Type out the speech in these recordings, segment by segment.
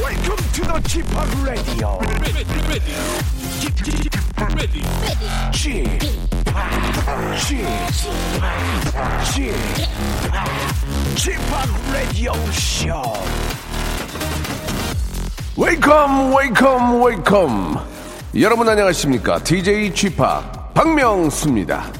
Welcome to the Chip Radio. Chip, Chip, Chip, Radio Show. 웨이컴 웨이컴 웨이컴 여러분 안녕하십니까 DJ g p 박명수입니다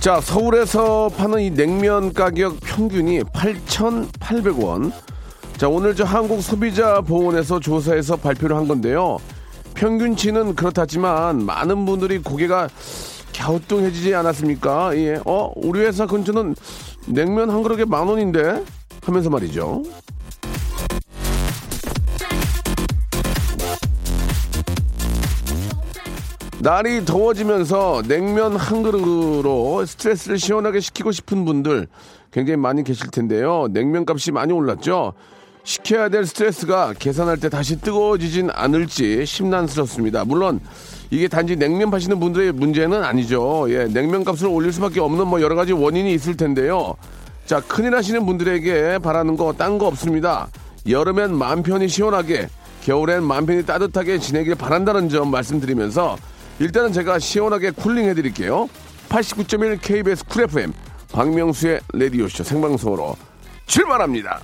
자 서울에서 파는 이 냉면 가격 평균이 8,800원 자 오늘 저 한국 소비자 보원에서 조사해서 발표를 한 건데요 평균치는 그렇다지만 많은 분들이 고개가 갸우뚱해지지 않았습니까? 예. 어, 우리 회사 근처는 냉면 한 그릇에 만 원인데? 하면서 말이죠. 날이 더워지면서 냉면 한 그릇으로 스트레스를 시원하게 시키고 싶은 분들 굉장히 많이 계실 텐데요. 냉면 값이 많이 올랐죠? 시켜야 될 스트레스가 계산할 때 다시 뜨거워지진 않을지 심란스럽습니다. 물론 이게 단지 냉면 파시는 분들의 문제는 아니죠. 예, 냉면 값을 올릴 수밖에 없는 뭐 여러 가지 원인이 있을 텐데요. 자, 큰일 하시는 분들에게 바라는 거 딴 거 없습니다. 여름엔 마음 편히 시원하게, 겨울엔 마음 편히 따뜻하게 지내길 바란다는 점 말씀드리면서 일단은 제가 시원하게 쿨링 해드릴게요. 89.1 KBS 쿨 FM 박명수의 레디오쇼 생방송으로 출발합니다.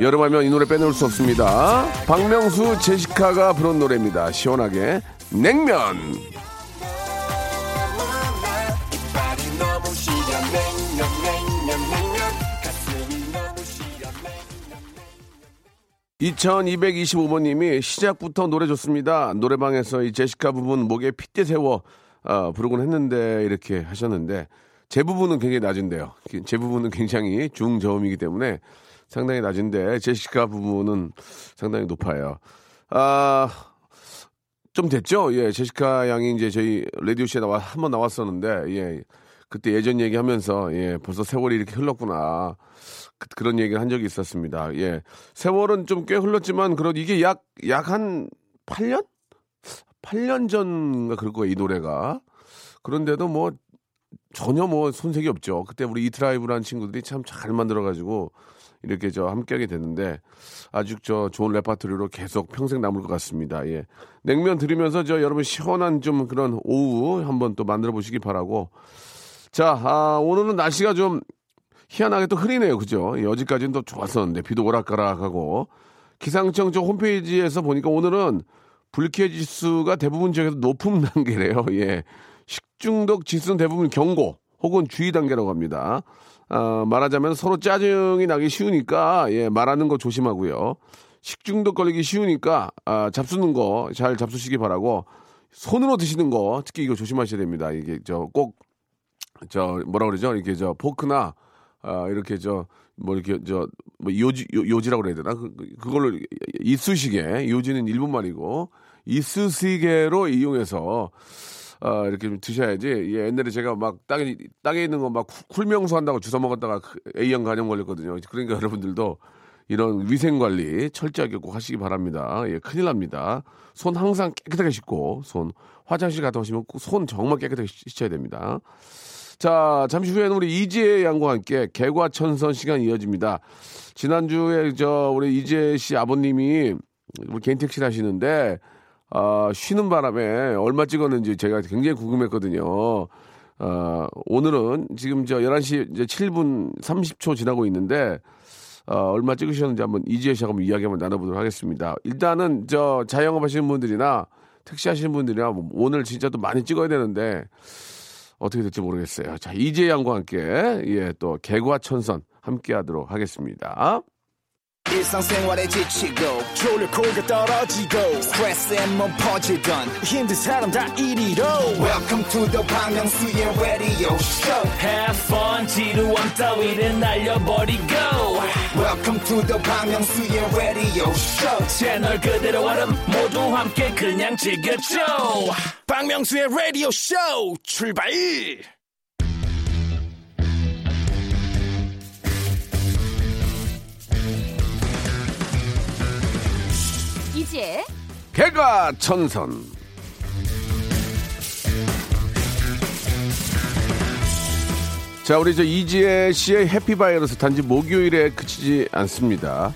여름하면 이 노래 빼놓을 수 없습니다. 박명수 제시카가 부른 노래입니다. 시원하게 냉면. (2225번님이) 시작부터 노래 좋습니다 노래방에서 이 제시카 부분 목에 핏대 세워 아, 부르곤 했는데 이렇게 하셨는데 제 부분은 굉장히 낮은데요 제 부분은 굉장히 중저음이기 때문에 상당히 낮은데 제시카 부분은 상당히 높아요 아, 좀 됐죠? 예, 제시카 양이 이제 저희 라디오쇼에 나와, 한 번 나왔었는데, 예, 그때 예전 얘기 하면서, 예, 벌써 세월이 이렇게 흘렀구나. 그, 런 얘기를 한 적이 있었습니다. 예. 세월은 좀 꽤 흘렀지만, 그래도 이게 약, 약 한 8년? 8년 전인가 그럴 거예요, 이 노래가. 그런데도 뭐, 전혀 뭐 손색이 없죠. 그때 우리 이트라이브라는 친구들이 참 잘 만들어가지고, 이렇게 저 함께하게 됐는데, 아직 저 좋은 레파토리로 계속 평생 남을 것 같습니다. 예. 냉면 들으면서 저 여러분 시원한 좀 그런 오후 한번 또 만들어 보시기 바라고. 자, 아, 오늘은 날씨가 좀 희한하게 또 흐리네요. 그죠? 예, 어제까지는 또 좋았었는데 비도 오락가락하고 기상청 저 홈페이지에서 보니까 오늘은 불쾌 지수가 대부분 지역에서 높은 단계래요. 예. 식중독 지수는 대부분 경고 혹은 주의 단계라고 합니다. 아, 말하자면 서로 짜증이 나기 쉬우니까 예, 말하는 거 조심하고요. 식중독 걸리기 쉬우니까 아, 잡수는 거 잘 잡수시기 바라고 손으로 드시는 거 특히 이거 조심하셔야 됩니다. 이게 저꼭 저 뭐라 그러죠? 이렇게 저 포크나 아 이렇게 저 뭐 이렇게 저 뭐 요지 요, 요지라고 그래야 되나? 그, 그- 그걸로 이쑤시개 요지는 일본 말이고 이쑤시개로 이용해서 아 이렇게 좀 드셔야지. 예, 옛날에 제가 막 땅에 땅에 있는 거 막 쿨명수 한다고 주워 먹었다가 그 A형 간염 걸렸거든요. 그러니까 여러분들도 이런 위생 관리 철저하게 꼭 하시기 바랍니다. 예, 큰일 납니다. 손 항상 깨끗하게 씻고 손 화장실 갔다 오시면 꼭 손 정말 깨끗하게 씻- 씻어야 됩니다. 자, 잠시 후에는 우리 이지혜 양과 함께 개과천선 시간 이어집니다. 지난주에 저 우리 이지혜 씨 아버님이 우리 개인 택시를 하시는데 아, 쉬는 바람에 얼마 찍었는지 제가 굉장히 궁금했거든요. 아, 오늘은 지금 저 11시 이제 7분 30초 지나고 있는데 아, 얼마 찍으셨는지 한번 이지혜 씨하고 한번 이야기 한번 나눠보도록 하겠습니다. 일단은 저 자영업 하시는 분들이나 택시 하시는 분들이나 뭐 오늘 진짜 또 많이 찍어야 되는데 어떻게 될지 모르겠어요. 자, 이재 양과 함께 예, 또 개과천선 함께 하도록 하겠습니다. 일상생활에 지치고, 졸려 코가 떨어지고, 스트레스에 몸 퍼지던, 힘든 사람 다 이리로. welcome to the Bang Myung-soo's radio show Have fun 지루한 따위를 날려버리고 welcome to the Bang Myung-soo's radio show 채널 그대로 와름 모두 함께 그냥 즐겨줘 박명수의 라디오 쇼 출발 이지혜 개과천선. 자, 우리 저 이지혜 씨의 해피바이러스 단지 목요일에 그치지 않습니다.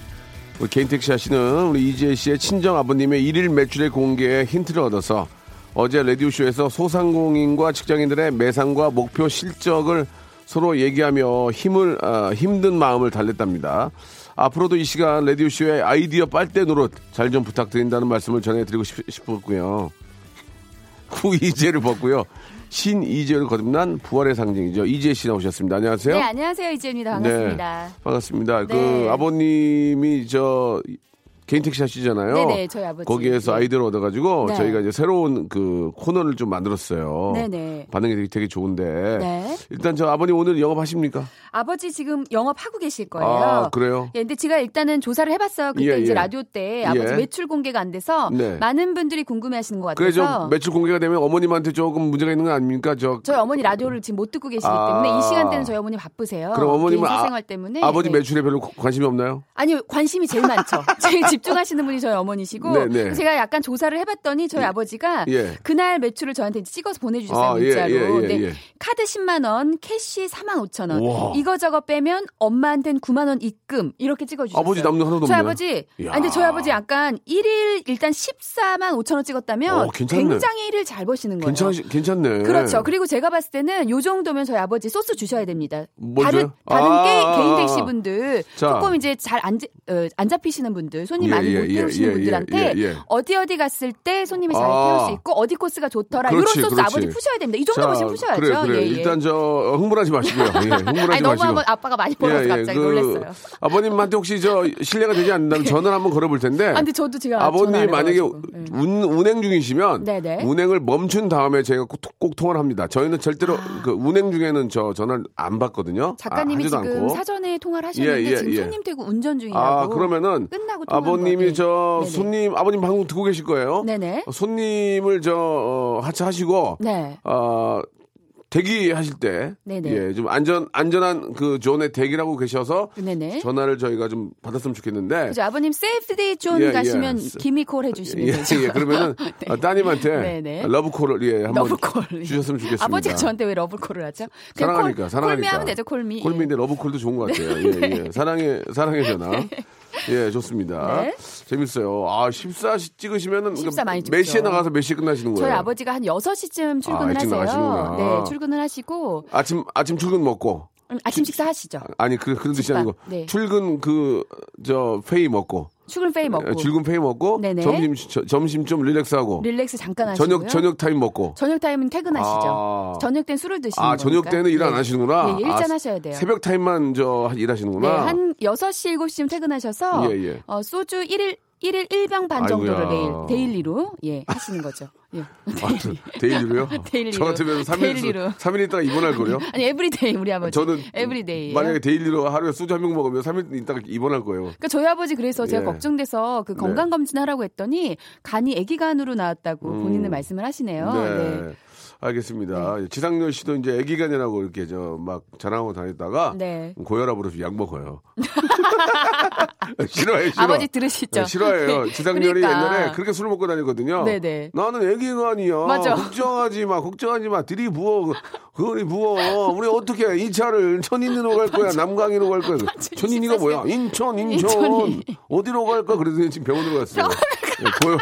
우리 개인택시아 씨는 우리 이지혜 씨의 친정 아버님의 일일 매출의 공개에 힌트를 얻어서 어제 라디오쇼에서 소상공인과 직장인들의 매상과 목표 실적을 서로 얘기하며 힘을 아, 힘든 마음을 달랬답니다. 앞으로도 이 시간 라디오쇼의 아이디어 빨대 노릇 잘 좀 부탁드린다는 말씀을 전해드리고 싶, 싶었고요. 후이재를 벗고요. 신이재를 거듭난 부활의 상징이죠. 이재 씨 나오셨습니다. 안녕하세요. 네, 안녕하세요. 이지혜입니다. 반갑습니다. 네, 반갑습니다. 네. 그 아버님이 저 개인 택시 하시잖아요. 네네, 저희 아버지. 거기에서 아이디어를 얻어가지고 네. 저희가 이제 새로운 그 코너를 좀 만들었어요. 네네. 반응이 되게, 되게 좋은데 네. 일단 저 아버님 오늘 영업하십니까? 아버지 지금 영업하고 계실 거예요. 아, 그래요? 예, 근데 제가 일단은 조사를 해봤어요. 그때 예, 이제 예. 라디오 때 아버지 예. 매출 공개가 안 돼서 네. 많은 분들이 궁금해 하시는 것 그래 저 같아서 매출 공개가 되면 어머님한테 조금 문제가 있는 거 아닙니까? 저 저희 어머니 라디오를 지금 못 듣고 계시기 아. 때문에 이 시간대는 저희 어머니 바쁘세요. 그럼 어머님은 개인 아, 사생활 때문에 아버지 네. 매출에 별로 관심이 없나요? 아니 관심이 제일 많죠. 제일 집중하시는 분이 저희 어머니시고 네, 네. 제가 약간 조사를 해봤더니 저희 아버지가 예. 그날 매출을 저한테 이제 찍어서 보내주셨어요 아, 예, 문자로. 예, 예, 근데 예. 카드 10만 원, 캐시 4만 5천 원. 우와. 이거 저거 빼면 엄마한테는 9만 원 입금 이렇게 찍어주셨어요. 아버지 남는 하나도 저희 없네요. 아버지. 이야. 아 근데 저희 아버지 약간 1일 일단 14만 5천 원 찍었다면 어, 괜찮네. 굉장히 일을 잘 버시는 거예요. 괜찮 괜찮네. 네. 그렇죠. 그리고 제가 봤을 때는 요 정도면 저희 아버지 소스 주셔야 됩니다. 뭘 다른 줘요? 다른 아, 게- 아, 개인 아. 택시 분들 자. 조금 이제 잘안 어, 안 잡히시는 분들 손님 예, 많이 예, 못 예, 태우시는 예, 분들한테 예, 예. 어디 어디 갔을 때 손님이 잘 아. 태울 수 있고 어디 코스가 좋더라 이런 그렇지, 소스 그렇지. 아버지 푸셔야 됩니다. 이 자, 정도면 푸셔야죠. 그래, 그래. 예, 예. 일단 저 어, 흥분하지 마시고요. 예, 흥분하지 아니 마시고. 너무 예, 그 한번 아빠가 많이 벌어서 갑자기 놀랐어요. 네. 아버님한테 혹시 저 실례가 되지 않는다면 전화를 한번 걸어볼 텐데. 아, 근데 저도 제가 전화 아버님 안 만약에 해가지고. 예. 운, 운행 중이시면 네네. 운행을 멈춘 다음에 제가 꼭, 꼭 통화를 합니다. 저희는 절대로 그 운행 중에는 저 전화를 안 받거든요. 아. 작가님이 아, 하지도 지금 않고. 사전에 통화를 하셨는데 예, 예, 지금 예. 손님 되고 운전 중이라고. 아 그러면은 끝나고 통화한 아버님이 거예요. 저 네네. 손님 아버님 방송 듣고 계실 거예요. 네네. 어, 손님을 저 어, 하차하시고 네. 어, 대기하실 때, 네네. 예, 좀 안전 안전한 그 존에 대기라고 계셔서 네네. 전화를 저희가 좀 받았으면 좋겠는데, 그죠 아버님 세이프데이 존 예, 예. 가시면 스- 기미콜 예, 해주시면 되죠. 네. 예, 그러면은 어, 따님한테 네네. 러브콜을 예 한번 러브콜 주셨으면 좋겠습니다. 아버지가 저한테 왜 러브콜을 하죠? 그냥 사랑하니까, 콜, 사랑하니까. 콜미 하면 되죠. 콜미. 예. 네. 콜미인데 러브콜도 좋은 것 같아요. 예, 예. 사랑의 사랑의 전화. 예, 좋습니다. 네. 재밌어요. 아, 14시 찍으시면은 그러니까 14 많이 몇 찍죠. 시에 나가서 몇 시에 끝나시는 거예요? 저희 아버지가 한 6시쯤 아, 출근을 일찍 하세요. 나가시는구나. 아. 네, 출근을 하시고 아침 아침 출근 먹고 음, 아침 식사 하시죠. 아니 그 그런 뜻이 아니고 집밥, 네. 출근 그 저 페이 먹고 출근 예, 페이 먹고 출근 페이 먹고 네네. 점심 저- 점심 좀 릴렉스하고 릴렉스 잠깐 하시고요. 저녁 저녁 타임 먹고 저녁 타임은 퇴근하시죠. 아. 저녁 때는 술을 드시는 아 저녁 거니까. 때는 일 안 네. 하시는구나. 네, 일잔 아, 하셔야 돼요. 새벽 타임만 저 네, 일하시는구나. 한 6시, 7시쯤 퇴근하셔서 예, 예. 어, 소주 1일 1일 1병 반 정도를 매일 아이고야. 데일리로 예, 하시는 거죠. 예. 아, 데일리로요? 데일리로. 저 같으면 3일, 데일리로. 3일 있다가 입원할 거예요? 아니 에브리데이 우리 아버지. 저는 에브리데이. 만약에 데일리로 하루에 소주 한 병 먹으면 3일 있다가 입원할 거예요. 그러니까 저희 아버지 그래서 제가 예. 걱정돼서 그 건강 검진하라고 했더니 간이 아기 간으로 나왔다고 본인은 말씀을 하시네요. 음. 네. 네. 알겠습니다. 지상렬 씨도 이제 애기간이라고 이렇게 저 막 자랑하고 다녔다가 네. 고혈압으로 약 먹어요. 싫어해요, 싫어. 아버지 들으시죠? 그렇죠. 네, 싫어해요. 지상렬이 그러니까. 옛날에 그렇게 술을 먹고 다니거든요. 네네. 나는 애기간이야. 맞아. 걱정하지 마, 걱정하지 마. 들이 부어. 그거리 부어. 우리 어떻게 해? 이 차를 천인으로 갈 거야, 남강이로 갈 거야. 천인이가 뭐야? 인천, 인천. 인천이. 어디로 갈 거야? 그래서 지금 병원으로 갔어요. 네, 고혈,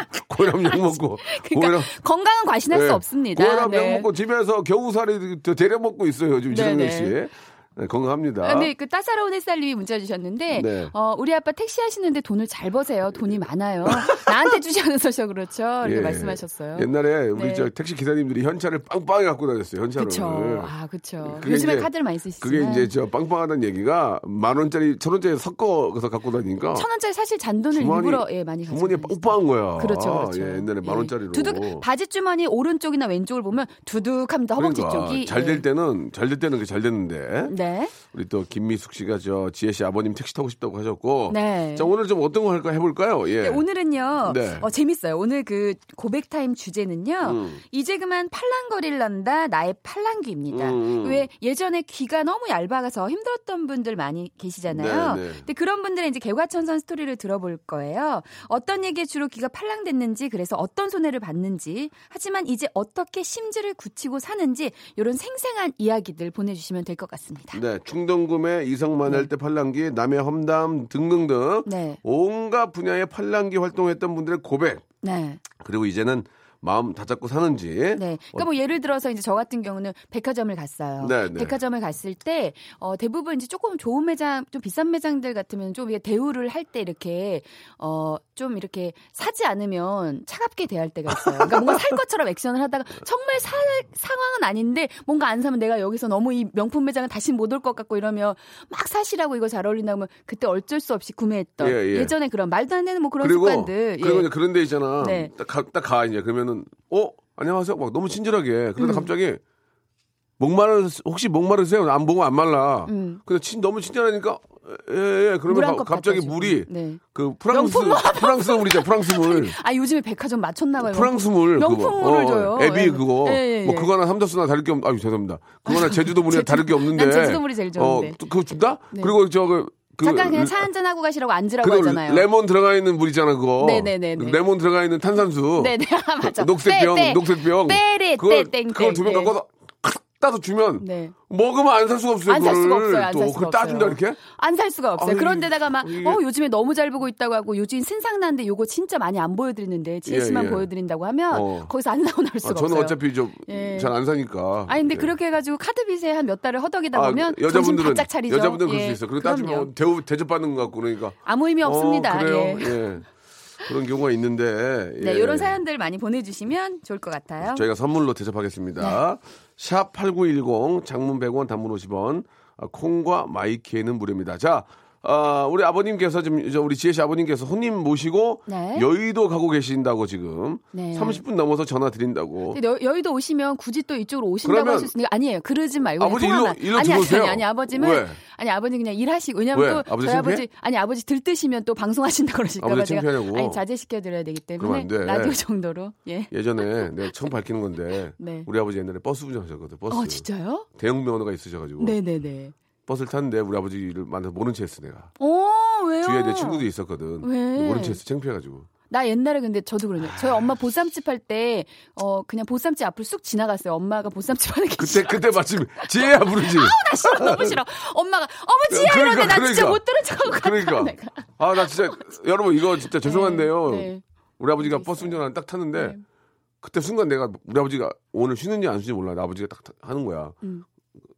고혈압약 먹고. 그러니까 건강은 과신할 네. 수 없습니다. 고혈압 네. 약 먹고 집에서 겨우살이 데려 먹고 있어요. 요즘 지상렬 네네. 씨. 네, 건강합니다. 아, 근데 그 따사로운 햇살님이 문자 주셨는데 네. 어, 우리 아빠 택시 하시는데 돈을 잘 버세요. 돈이 많아요. 나한테 주지 않으셔서 그렇죠. 이렇게 예. 말씀하셨어요. 옛날에 우리 네. 저 택시 기사님들이 현찰을 빵빵히 갖고 다녔어요. 현찰을. 그렇죠. 아, 그렇죠. 그게 요즘에 이제- 카드를 많이 쓰시지만 네. 그게 이제 저 빵빵하다는 얘기가 만 원짜리, 천 원짜리 섞어서 갖고 다니니까 천 원짜리 사실 잔돈을 일부러 예, 많이 가지고 주머니 다니시죠. 빵빵한 거야. 그렇죠, 그렇죠. 예, 옛날에 만 예. 원짜리로. 두둑 바지 주머니 오른쪽이나 왼쪽을 보면 두둑함도 허벅지 그러니까 쪽이 잘 예. 될 때는 잘 될 때는 그게 잘 됐는데 네. 네. 우리 또 김미숙 씨가 저 지혜 씨 아버님 택시 타고 싶다고 하셨고. 네. 자, 오늘 좀 어떤 거 할까 해볼까요? 예. 네, 오늘은요. 네. 어, 재밌어요. 오늘 그 고백 타임 주제는요. 음. 이제 그만 팔랑거릴란다 나의 팔랑귀입니다. 음, 음. 왜 예전에 귀가 너무 얇아서 힘들었던 분들 많이 계시잖아요. 네, 네. 근데 그런 분들의 이제 개과천선 스토리를 들어볼 거예요. 어떤 얘기에 주로 귀가 팔랑댔는지 그래서 어떤 손해를 봤는지 하지만 이제 어떻게 심지를 굳히고 사는지 이런 생생한 이야기들 보내주시면 될 것 같습니다. 네, 충동구매, 이성 만날 때 팔랑기, 남의 험담 등등등 네. 온갖 분야의 팔랑기 활동했던 분들의 고백 네. 그리고 이제는 마음 다잡고 사는지 네. 그러니까 뭐 예를 들어서 이제 저 같은 경우는 백화점을 갔어요. 네, 네. 백화점을 갔을 때 어, 대부분 이제 조금 좋은 매장, 좀 비싼 매장들 같으면 좀 이게 대우를 할 때 이렇게 어, 좀 이렇게 사지 않으면 차갑게 대할 때가 있어요. 그러니까 뭔가 살 것처럼 액션을 하다가 정말 살 상황은 아닌데 뭔가 안 사면 내가 여기서 너무 이 명품 매장은 다시 못 올 것 같고 이러면 막 사시라고 이거 잘 어울린다 하면 그때 어쩔 수 없이 구매했던 예, 예. 전에 그런 말도 안 되는 뭐 그런 그리고 습관들. 그리고 예. 이제 그런 데 있잖아. 네. 딱 가 이제 그러면은 어 안녕하세요 막 너무 친절하게 음. 그러다 갑자기 목마르 혹시 목마르세요? 안 보고 안 말라. 음. 근데 친 너무 친절하니까 예예 물한 그러면 가- 컵 갑자기 갖다 주고. 물이 네. 그 프랑스 명품 프랑스 물이죠 프랑스 물. 아 요즘에 백화점 맞췄나 봐요. 프랑스 물 명품 그거. 물을 어, 줘요. 애비 예. 그거 예, 예, 뭐 예. 그거 하나 삼다수나 다를 게 없. 아유 죄송합니다. 그거 하나 제주도 물이나 다를 게 없는데. 난 제주도 물이 제일 좋은데. 어, 또 그거 준다? 네. 그리고 저그 그, 잠깐 그냥 르- 차 한잔 하고 가시라고 앉으라고 그리고 하잖아요. 레몬 들어가 있는 물 있잖아 그거. 네네네네. 레몬 들어가 있는 탄산수. 그 네네 아, 맞아. 녹색병, 녹색병. 빼레 그걸 네, 땡땡. 그걸 두면 갖고 와서 칵 따서 주면 네. 먹으면 안 살 수가 없어요. 안 살 수가 그거를. 없어요. 안 또 살 수가 그걸 따준다 없어요. 이렇게? 안 살 수가 없어요. 아이, 그런데다가 막 이게- 어, 요즘에 너무 잘 보고 있다고 하고 요즘 신상나는데 요거 진짜 많이 안 보여드리는데 예, 지혜씨만 예. 보여드린다고 하면 어. 거기서 안 나오고 나올 수가 아, 저는 없어요. 어차피 좀 잘 예. 안 사니까. 아니 근데 예. 그렇게 해가지고 카드 빚에 한 몇 달을 허덕이다 아, 보면 정신 여자분들은 바짝 차리죠. 여자분들은 그럴 예, 수 있어. 그리고 따지면 그럼요. 대우 대접받는 것 같고 그러니까. 아무 의미 없습니다. 어, 그래요. 예. 예. 그런 경우가 있는데. 네, 예. 이런 사연들 많이 보내주시면 좋을 것 같아요. 저희가 선물로 대접하겠습니다. 네. 샵 8910 장문 100원 단문 50원 아, 콩과 마이키에는 무료입니다. 자, 아, 우리 아버님께서 지금 이제 우리 지혜 씨 아버님께서 손님 모시고 네. 여의도 가고 계신다고 지금 네. 30분 넘어서 전화 드린다고. 근데 여, 여의도 오시면 굳이 또 이쪽으로 오신다고 뭐 그러면- 하실 수 있는데 아니에요. 그러지 말고 그냥 아버지 일로- 통화만. 일로 아니, 아니 들어오세요. 아니 아니 아버지는 왜? 아니 아버지 그냥 일하시고 왜냐면 왜? 또 아버지 저희 창피해? 아버지 아니 아버지 들뜨시면 또 방송하신다 그러실까 봐 아버지 제가 창피하냐고. 아니 자제시켜 드려야 되기 그러면 때문에 안 돼. 라디오 정도로 예. 예전에 내가 처음 밝히는 건데 네. 우리 아버지 옛날에 버스 운전하셨거든. 버스. 어 진짜요? 대형 면허가 있으셔가지고 네 네네. 버스를 탔는데 우리 아버지를 만나서 모른 체 했어 내가. 오 왜요? 뒤에 내 친구도 있었거든. 왜? 모른 체 했어 창피해가지고. 나 옛날에 근데 저도 그러네요. 저희 엄마 보쌈집 할 때 어 그냥 보쌈집 앞을 쑥 지나갔어요. 엄마가 보쌈집 하는 게 그때 그때 마침 지혜야 부르지. 나 싫어 너무 싫어. 엄마가 어머 지혜야 그러니까, 이러는데 나 진짜 그러니까. 못 들은 척하고 갔다 그러니까. 내가. 아, 나 진짜, 여러분, 이거 진짜 죄송한데요. 네. 우리 아버지가 있어요. 버스 운전을 딱 탔는데, 네. 그때 순간 내가, 우리 아버지가 오늘 쉬는지 안 쉬는지 몰라. 나 아버지가 딱 타- 하는 거야. 음.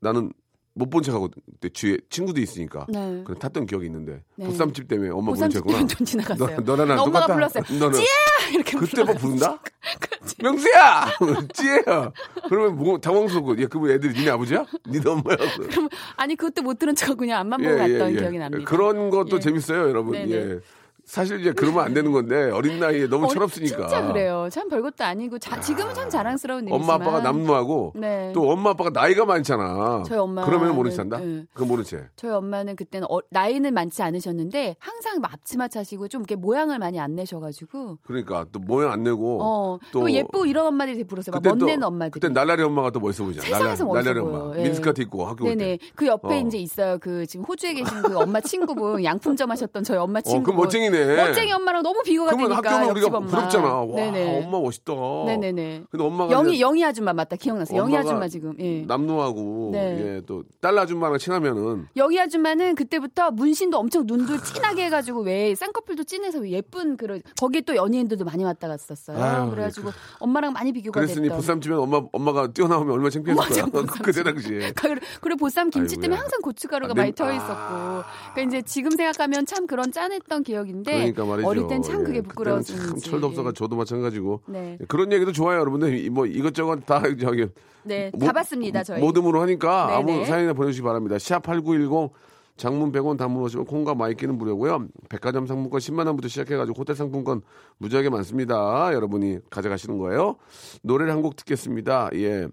나는 못 본 척하고, 내 뒤에 친구도 있으니까. 네. 그래, 탔던 기억이 있는데, 네. 보쌈집 때문에 엄마 모른 보쌈집 척구나. 때문에 좀 지나갔어요. 너- 너랑 나랑 엄마가 똑같다. 불렀어요. 너는- 지혜야 이렇게 그때 뭐 부른다? 그치. 명수야! 지혜야! 그러면 뭐, 당황스럽고, 야, 그분 애들이 니네 아버지야? 니네 엄마야? 그럼 아니 그것도 못 들은 척 그냥 안만 보고 갔던 기억이 납니다. 예, 그런 것도 예. 재밌어요, 여러분. 네네. 예. 사실 이제 그러면 안 되는 건데 어린 나이에 너무 어리- 철없으니까. 진짜 그래요. 참 별것도 아니고 자- 지금은 참 자랑스러운 일이지만 엄마 아빠가 남루하고 네. 또 엄마 아빠가 나이가 많잖아. 저희 엄마는- 그러면 모른 산다. 네. 그 모른 채. 저희 엄마는 그때는 어- 나이는 많지 않으셨는데 항상 막 앞치마 차시고 좀 이렇게 모양을 많이 안 내셔가지고 그러니까 또 모양 안 내고 어, 또 또 예쁘고 이런 엄마들이 되게 부러워요. 막 그때 또- 멋내는 엄마들이. 그때 날라리 엄마가 또뭐 멋있어 보이잖아. 세상에서 날라- 날라리 멋있어 엄마. 보여. 예. 민스카트 입고 학교 올 때. 네네. 그 옆에 어. 이제 있어요. 그 지금 호주에 계신 그 엄마 친구분 양품점 하셨던 저희 엄마 어, 친구. 그 멋쟁이네. 멋쟁이 엄마랑 너무 비교가 그러면 되니까 학교는 옆집 우리가 엄마. 부럽잖아. 와, 네네. 엄마 멋있다. 네네네. 근데 엄마가 영희 이제 영희 아줌마 맞다 기억났어요. 영희 엄마가 아줌마 지금. 예. 남루하고 네. 예, 또 딸 아줌마랑 친하면은 영희 아줌마는 그때부터 문신도 엄청 눈도 진하게 해가지고 왜 쌍꺼풀도 진해서 왜 예쁜 그런 거기에 또 연예인들도 많이 왔다 갔었어요. 아유, 그래가지고 엄마랑 많이 비교가 그랬으니 됐던. 보쌈집에 엄마 엄마가 뛰어나오면 얼마나 창피했을 거야. 맞아, 보쌈집. 그때 당시에. 그리고- 그리고 보쌈 김치 아이고야. 때문에 항상 고춧가루가 아, 많이 냄- 터 아. 있었고. 그러니까 이제 지금 생각하면 참 그런 짠했던 기억인데 그러니까 말이죠. 네. 어릴 땐 참 예, 그게 그때는 부끄러웠는지. 참 철도 없어가 저도 마찬가지고. 네. 그런 얘기도 좋아요, 여러분들. 이- 뭐 이것저것 다 저기 네, 모- 다 봤습니다, 저희. 뭐 모듬으로 하니까 아무 네네. 사연이나 보내주시기 바랍니다. 시합 8910 장문 100원 단문 오시면 콩과 마이키는 무료고요. 백화점 상품권 10만 원부터 시작해가지고 호텔 상품권 무지하게 많습니다. 여러분이 가져가시는 거예요. 노래를 한 곡 듣겠습니다. 예,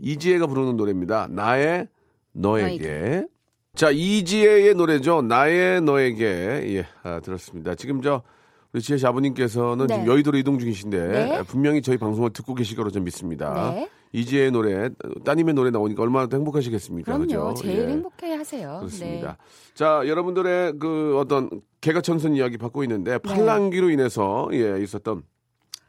이지혜가 부르는 노래입니다. 나의 너에게. 자, 이지혜의 노래죠. 나의 너에게. 예, 아, 들었습니다. 지금 저, 우리 지혜 씨 아버님께서는 네. 지금 여의도로 이동 중이신데, 네. 분명히 저희 방송을 듣고 계실 거로 좀 믿습니다. 네. 아, 이지혜의 노래, 따님의 노래 나오니까 얼마나 더 행복하시겠습니까? 그럼요. 그죠? 제일 예, 행복해 하세요. 네. 그렇습니다. 자, 여러분들의 그 어떤 개가천선 이야기 받고 네. 있는데, 팔랑귀로 인해서, 예, 있었던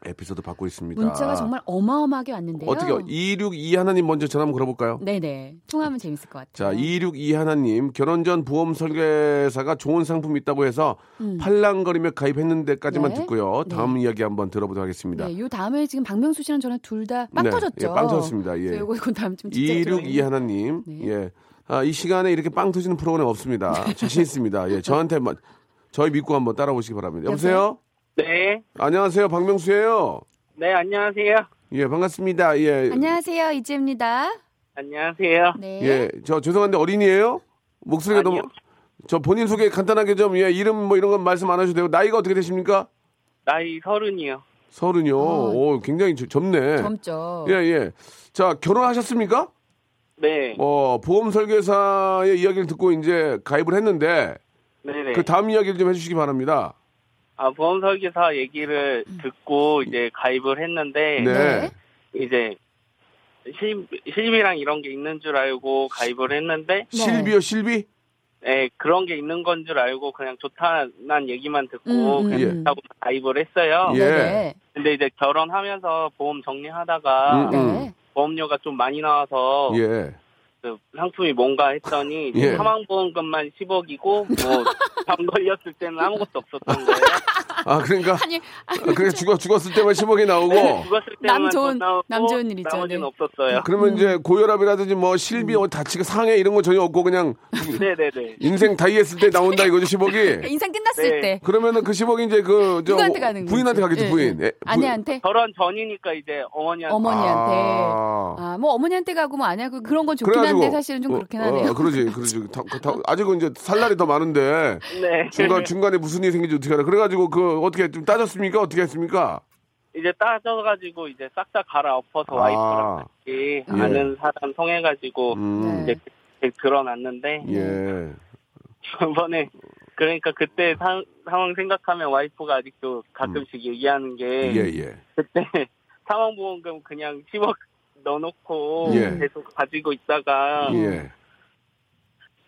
에피소드 받고 있습니다. 문자가 정말 어마어마하게 왔는데요. 아. 어떻게, 262 하나님 먼저 전화 한번 걸어볼까요? 네네. 통화하면 재밌을 것 자, 같아요. 262 하나님 결혼 전 보험 설계사가 좋은 상품 있다고 해서 팔랑거리며 가입했는데까지만 음. 네. 듣고요. 다음 네. 이야기 한번 들어보도록 하겠습니다. 네, 요 다음에 지금 박명수 씨랑 저랑 둘 다 빵 네, 터졌죠. 예, 빵 터졌습니다. 예. 그래서 요거 이건 다음 좀 진짜 262 하나님. 네. 예. 아, 이 시간에 이렇게 빵 터지는 프로그램 없습니다. 자신 있습니다. 예. 저한테 한번 저희 믿고 한번 따라오시기 바랍니다. 여보세요? 네, 안녕하세요. 박명수예요. 네 안녕하세요. 예, 반갑습니다. 예. 안녕하세요. 이지입니다. 안녕하세요. 네. 예. 저 죄송한데 어린이에요? 목소리가 아니요. 너무 저 본인 소개 간단하게 좀 예, 이름 뭐 이런 건 말씀 안 하셔도 되고 나이가 어떻게 되십니까? 나이 서른이요. 서른요. 어. 오, 굉장히 저- 젊네. 젊죠. 예, 예. 자, 결혼하셨습니까? 네, 어, 보험 설계사의 이야기를 듣고 이제 가입을 했는데 네네. 그 다음 이야기를 좀 해주시기 바랍니다. 아 보험 설계사 얘기를 음. 듣고 이제 가입을 했는데 네. 이제 실 실비랑 이런 게 있는 줄 알고 가입을 했는데, 네. 실비요, 실비? 예 그런 게 있는 건 줄 알고 그냥 좋다는 얘기만 듣고 음, 음, 그냥 음. 하고 가입을 했어요. 예. 네네. 근데 이제 결혼하면서 보험 정리하다가 음, 음. 네. 보험료가 좀 많이 나와서 예. 그 상품이 뭔가 했더니 예. 사망보험금만 10억이고 뭐병 걸렸을 때는 아무것도 없었던 거예요. 아, 그러니까. 아니, 아니, 아, 그래, 죽었, 죽었을 때만 10억이 나오고. 네, 죽었을 때만 남 좋은- 돈 나오고 남 좋은 일 있죠, 나머지는 네. 없었어요. 그러면 이제 고혈압이라든지 뭐 실비, 어, 다치가 상해 이런 거 전혀 없고 그냥 네네네. 인생 다이 했을 때 나온다 이거죠, 10억이. 인상 끝났을 네. 때 그러면은 그 10억이 이제 그, 저, 누구한테 가는 거지? 부인한테 가겠죠, 예, 부인. 예. 예, 부인. 아내한테 결혼 전이니까 이제 어머니한테 어머니한테. 아. 아, 뭐 어머니한테 가고 뭐 아내하고 그런 건 좋긴 한데 사실은 좀 어, 그렇긴 어, 하네요. 그러지, 그러지. 다- 다- 아직은 이제 살 날이 더 많은데 네. 중간 중간에 무슨 일이 생기지 어떻게 알아? 그래가지고 그 어떻게 좀 따졌습니까? 어떻게 했습니까? 이제 따져가지고 이제 싹 다 갈아엎어서 아. 와이프랑 같이 아는 사람 통해가지고 음, 네. 이제 이제 드러났는데 예. 저번에 그러니까 그때 사- 상황 생각하면 와이프가 아직도 가끔씩 얘기하는 게 예, 예. 그때 사망보험금 그냥 10억 넣어놓고 예. 계속 가지고 있다가 예.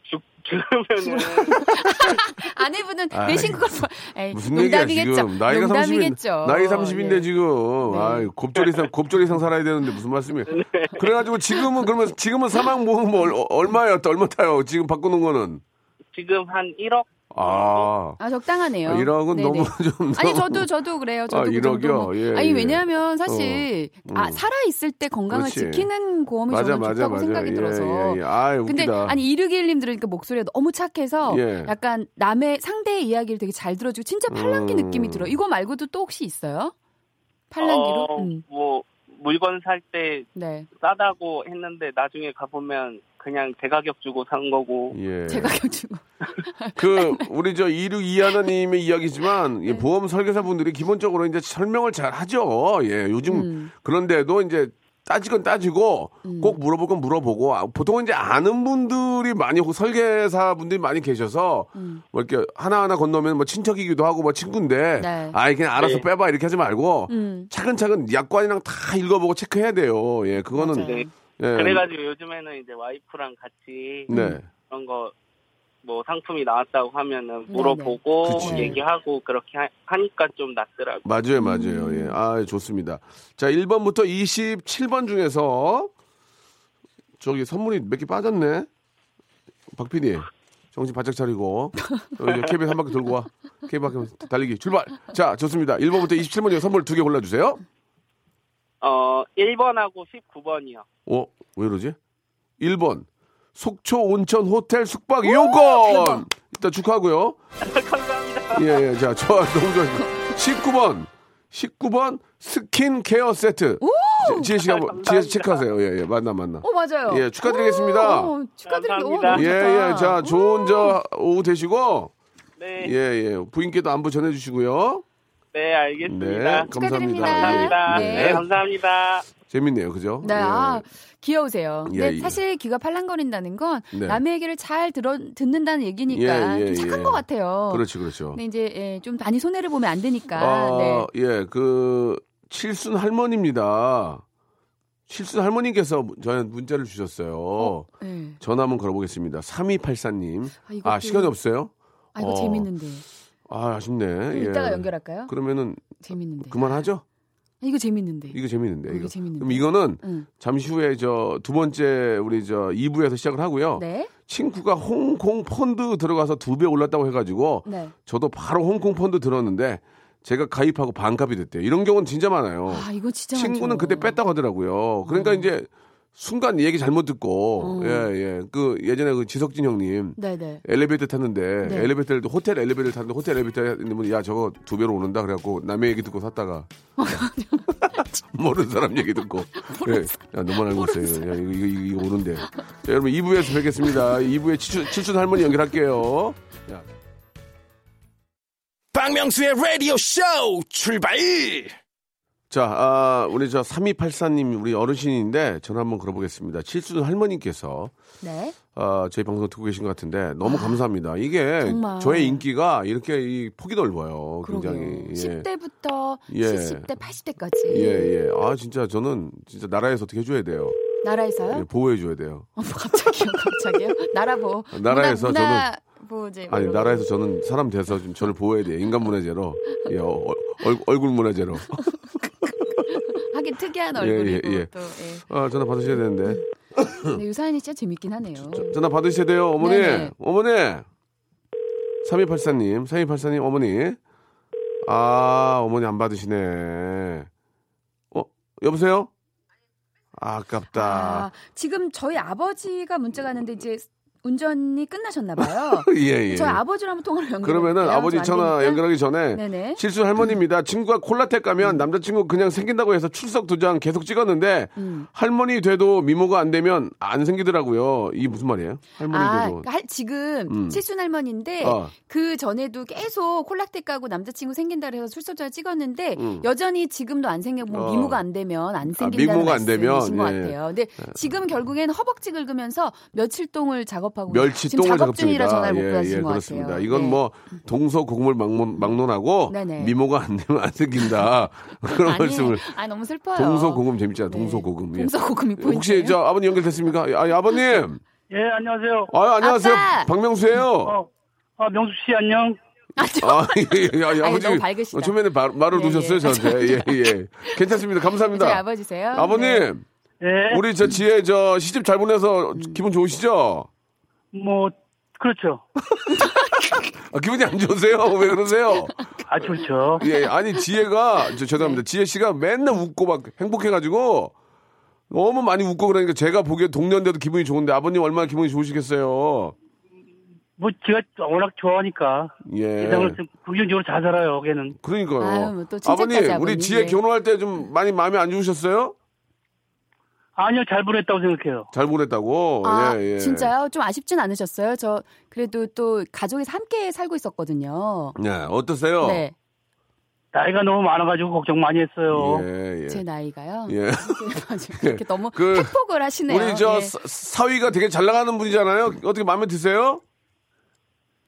죽, 죽으면은 아내분은 아, 대신 그걸 봐- 에이, 무슨 얘기야 농담이겠죠. 지금? 나이가 30인, 농담이겠죠. 나이 30인데 예. 지금 네. 아이 곱절 이상 곱절 이상 살아야 되는데 무슨 말씀이에요? 그래가지고 지금은 그러면 지금은 사망 보험 뭐 얼- 얼마예요? 또 얼마 타요? 지금 바꾸는 거는 지금 한 1억 아, 아 적당하네요. 아, 1억은 네네. 너무 좀 아니 너무- 저도 저도 그래요. 저도 아, 그 이러기요? 정도는. 예, 아니 예. 어, 음. 왜냐하면 사실 아, 살아 있을 때 건강을 그렇지. 지키는 보험이 맞아 저는 맞아 좋다고 맞아. 생각이 예, 들어서. 예, 예. 아, 웃기다. 근데 아니 이르기일님 들으니까 목소리가 너무 착해서 예. 약간 남의 상대의 이야기를 되게 잘 들어주고 진짜 팔랑귀 음. 느낌이 들어. 이거 말고도 또 혹시 있어요? 팔랑귀로? 어, 음, 뭐 물건 살 때 네. 싸다고 했는데 나중에 가보면 그냥 대가격 주고 산 거고 예. 제가 격주고. 그 우리 저 이륙이 하나님의 이야기지만 네. 이 보험 설계사분들이 기본적으로 이제 설명을 잘 하죠. 예, 요즘 음. 그런데도 이제 따지건 따지고 꼭 물어볼 건 물어보고 아, 보통은 이제 아는 분들이 많이 혹 설계사분들이 많이 계셔서 음, 뭐 이렇게 하나하나 건너면 뭐 친척이기도 하고 뭐 친구인데 네. 아이 그냥 알아서 네. 빼봐 이렇게 하지 말고 음. 차근차근 약관이랑 다 읽어보고 체크해야 돼요. 예, 그거는 맞아요. 네. 예, 그래가지고 요즘에는 이제 와이프랑 같이 네. 그런 거 뭐 상품이 나왔다고 하면은 물어보고 그치. 얘기하고 그렇게 하, 하니까 좀 낫더라고. 맞아요, 맞아요. 예. 아, 좋습니다. 자, 1번부터 27번 중에서 저기 선물이 몇 개 빠졌네. 박 PD. 정신 바짝 차리고. 여기 케빈 한 바퀴 돌고 와. 케빈 바퀴 달리기 출발. 자, 좋습니다. 1번부터 27번 중에 선물 두 개 골라 주세요. 어 1번하고 19번이요. 어, 왜 이러지? 1번. 속초 온천 호텔 숙박 이용권. 일단 축하하고요. 감사합니다. 예, 예. 자, 저 너무 좋아요. 19번. 19번 스킨 케어 세트. 지- 지혜 씨가 한번 지혜 씨 체크하세요. 예, 예. 맞나 맞나. 어 맞아요. 예, 축하드리겠습니다. 오, 오, 축하드립니다. 오, 감사합니다. 너무 예, 좋다. 예. 자, 좋은 저 오후 되시고 네. 예, 예. 부인께도 안부 전해 주시고요. 예. 네, 알겠습니다. 축하드립니다. 감사합니다. 네. 네, 감사합니다. 재밌네요, 그죠? 네, 예. 아, 귀여우세요. 예, 근데 예. 사실 귀가 팔랑거린다는 건 네. 남의 얘기를 잘 들어 듣는다는 예, 얘기니까 예, 좀 착한 예. 것 같아요. 그렇지, 그렇죠. 근데 이제 예, 좀 많이 손해를 보면 안 되니까. 아, 네. 예, 그 칠순 할머니입니다. 칠순 할머니께서 저한테 문자를 주셨어요. 예. 전화 한번 걸어보겠습니다. 3284님. 아, 이것도- 아, 시간이 없어요? 아 이거 어, 재밌는데. 아, 아쉽네. 그럼 예. 이따가 연결할까요? 그러면은 재밌는데. 아, 그만하죠? 이거 재밌는데. 이거 재밌는데. 네. 이거 이거. 재밌는데. 그럼 이거는 응. 잠시 후에 저 두 번째 우리 저 2부에서 시작을 하고요. 네. 친구가 홍콩 펀드 들어가서 두 배 올랐다고 해가지고 네. 저도 바로 홍콩 펀드 들었는데 제가 가입하고 반값이 됐대요. 이런 경우는 진짜 많아요. 아 이거 진짜 어. 친구는 많죠. 어. 그때 뺐다고 하더라고요. 그러니까 이제 순간 얘기 잘못 듣고 예예 그 예전에 그 지석진 형님 네네. 엘리베이터 탔는데 네. 엘리베이터를 호텔 엘리베이터를 탔는데 호텔 엘리베이터에 있는 분이 야 저거 두 배로 오른다 그래갖고 남의 얘기 듣고 샀다가 모르는 사람 얘기 듣고 예, 야 너만 알고 있어요 야 이거 이거 이거, 이거 오른데 자, 여러분 2부에서 뵙겠습니다 2부에 칠순, 칠순 할머니 연결할게요 야. 박명수의 라디오 쇼 출발 자, 아, 우리 저 3284님, 우리 어르신인데 전화 한번 걸어보겠습니다. 칠순 할머니께서 네. 아, 저희 방송 듣고 계신 것 같은데 너무 감사합니다. 이게 아, 정말. 저의 인기가 이렇게 이 폭이 넓어요. 그러게요. 굉장히. 예. 10대부터 예. 70대, 80대까지. 예, 예. 아, 진짜 저는 진짜 나라에서 어떻게 해줘야 돼요. 나라에서요? 예, 보호해줘야 돼요. 어, 갑자기요, 갑자기요? 나라 보. 아, 나라에서 문화, 문화 보호제. 뭐 아니, 이런 나라에서 저는 사람 돼서 좀 저를 보호해야 돼요. 인간문화재로. 예, 어, 어, 얼, 얼굴 문화재로. 거. 하긴 특이한 얼굴이고 예, 예. 또. 예. 아, 전화 받으셔야 되는데. 근데 유사연이 진짜 재밌긴 하네요. 저- 전화 받으셔야 돼요, 어머니. 음. 네네. 어머니. 3284님, 3284님, 어머니. 아, 어머니 안 받으시네. 어, 여보세요? 아깝다. 아, 지금 저희 아버지가 문자가 왔는데 이제 운전이 끝나셨나 봐요. 예, 예. 저희 아버지랑 한번 통화를 연결. 그러면은 아버지 전화 연결하기 전에 네네. 칠순 할머니입니다. 친구가 콜라텍 가면 남자친구 그냥 생긴다고 해서 출석 두 장 계속 찍었는데 음. 할머니 돼도 미모가 안 되면 안 생기더라고요. 이게 무슨 말이에요? 할머니 아, 돼도. 그러니까 할- 지금 음. 칠순 할머니인데 아. 그 전에도 계속 콜라텍 가고 남자친구 생긴다 그래서 출석자 찍었는데 음. 여전히 지금도 안 생겨 뭐 어. 미모가 안 되면 안 생긴다는 미모가 안 되면, 말씀이신 것 예, 예. 같아요. 근데 지금 결국엔 허벅지 긁으면서 며칠 동을 작업하고 멸치 어, 지금 똥을 작업 중이라 작업중이다. 전화를 못 예, 받으신 예, 것 그렇습니다. 같아요. 이건 네. 뭐 동서고금을 막론, 막론하고 네네. 미모가 안 되면 안 생긴다. 그런 아니, 말씀을. 아 너무 슬퍼요. 동서고금 재밌잖아. 네. 동서고금. 예. 동서고금이 예, 포인트예요. 혹시 저 아버님 연결됐습니까? 아, 예, 아버님. 예, 안녕하세요. 아, 안녕하세요. 아빠! 박명수예요. 어, 아, 명수 씨 안녕. 아, 저- 아, 예, 예, 아니, 아니, 아버지 너무 밝으시다. 어, 처음에는 말, 말을 예, 놓으셨어요, 예. 저한테. 예, 예. 괜찮습니다. 감사합니다. 네, 저희 아버지세요? 아버님, 네. 예. 우리 저 지혜 저 시집 잘 보내서 기분 좋으시죠? 뭐 그렇죠. 아, 기분이 안 좋으세요? 왜 그러세요? 아, 좋죠. 예, 아니 지혜가 저, 네. 죄송합니다. 지혜 씨가 맨날 웃고 막 행복해가지고 너무 많이 웃고 그러니까 제가 보기에 동년돼도 기분이 좋은데 아버님 얼마나 기분이 좋으시겠어요. 뭐 제가 워낙 좋아하니까 예. 세상을 좀 긍정적으로 잘 살아요. 걔는 그러니까요. 아유, 뭐또 칭찬까지 아버님, 우리 아버님, 지혜 예. 결혼할 때 좀 많이 마음에 안 좋으셨어요? 아니요 잘 보냈다고 생각해요. 잘 보냈다고. 아, 예, 예. 진짜요? 좀 아쉽진 않으셨어요? 저 그래도 또 가족에서 함께 살고 있었거든요. 예, 어떠세요? 네, 나이가 너무 많아가지고 걱정 많이 했어요. 예, 예. 제 나이가요. 예. 이렇게 너무 그- 팩폭을 하시네요. 우리 저 예. 사- 사위가 되게 잘 나가는 분이잖아요. 어떻게 마음에 드세요?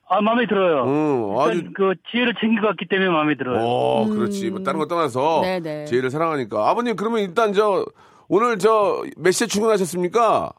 아 마음에 들어요. 음, 일단 아주- 그 지혜를 챙겨갔기 때문에 마음에 들어요. 어, 그렇지. 뭐 다른 거 떠나서 네네. 지혜를 사랑하니까. 아버님, 그러면 일단 저 오늘 저 몇 시에 출근하셨습니까?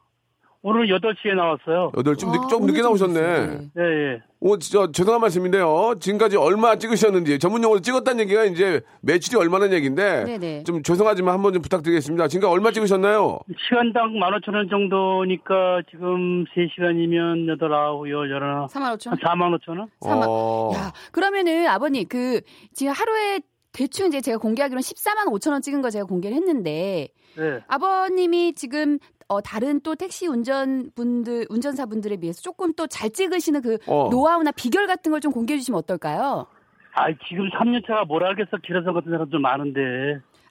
오늘 8시에 나왔어요. 여덟 좀, 늦, 아, 좀 오늘 늦게 좀 나오셨네. 늦었어요. 예, 예. 오, 저 죄송한 말씀인데요. 지금까지 얼마 찍으셨는지 전문 용어로 찍었다는 얘기가 이제 매출이 얼마는 얘기인데 네네. 좀 죄송하지만 한번 좀 부탁드리겠습니다. 지금까지 얼마 찍으셨나요? 시간당 15,000원 정도니까 지금 3시간이면 8, 9, 10, 11, 한 3만 5천 원. 45,000원? 삼아- 어, 야, 그러면은 아버님 그 지금 하루에 대충 이제 제가 공개하기로는 14만 5천 원 찍은 거 제가 공개를 했는데 네. 아버님이 지금 어, 다른 또 택시 운전 분들 운전사 분들에 비해서 조금 또 잘 찍으시는 그 어. 노하우나 비결 같은 걸 좀 공개해 주시면 어떨까요? 아, 지금 3년차가 뭘 알겠어. 길어서 같은 사람들 많은데.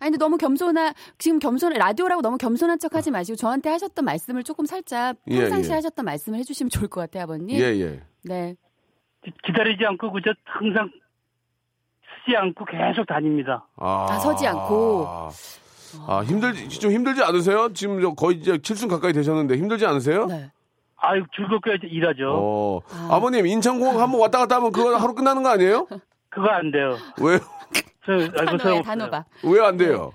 아니 근데 너무 겸손한 지금 겸손 라디오라고 너무 겸손한 척 하지 마시고 저한테 하셨던 말씀을 조금 살짝 예, 평상시 예. 하셨던 말씀을 해주시면 좋을 것 같아요 아버님. 예, 예. 네. 기- 기다리지 않고 그저 항상 서지 않고 계속 다닙니다. 아, 아, 서지 않고. 아, 힘들지, 좀 힘들지 않으세요? 지금 저 거의 이제 7순 가까이 되셨는데 힘들지 않으세요? 네. 아유 즐겁게 일하죠. 어. 아. 버님 인천공항 한번 왔다 갔다 하면 그거 하루 끝나는 거 아니에요? 그거 안 돼요. 왜요? 저 아, 알고 단호야, 단호가. 왜 안 돼요?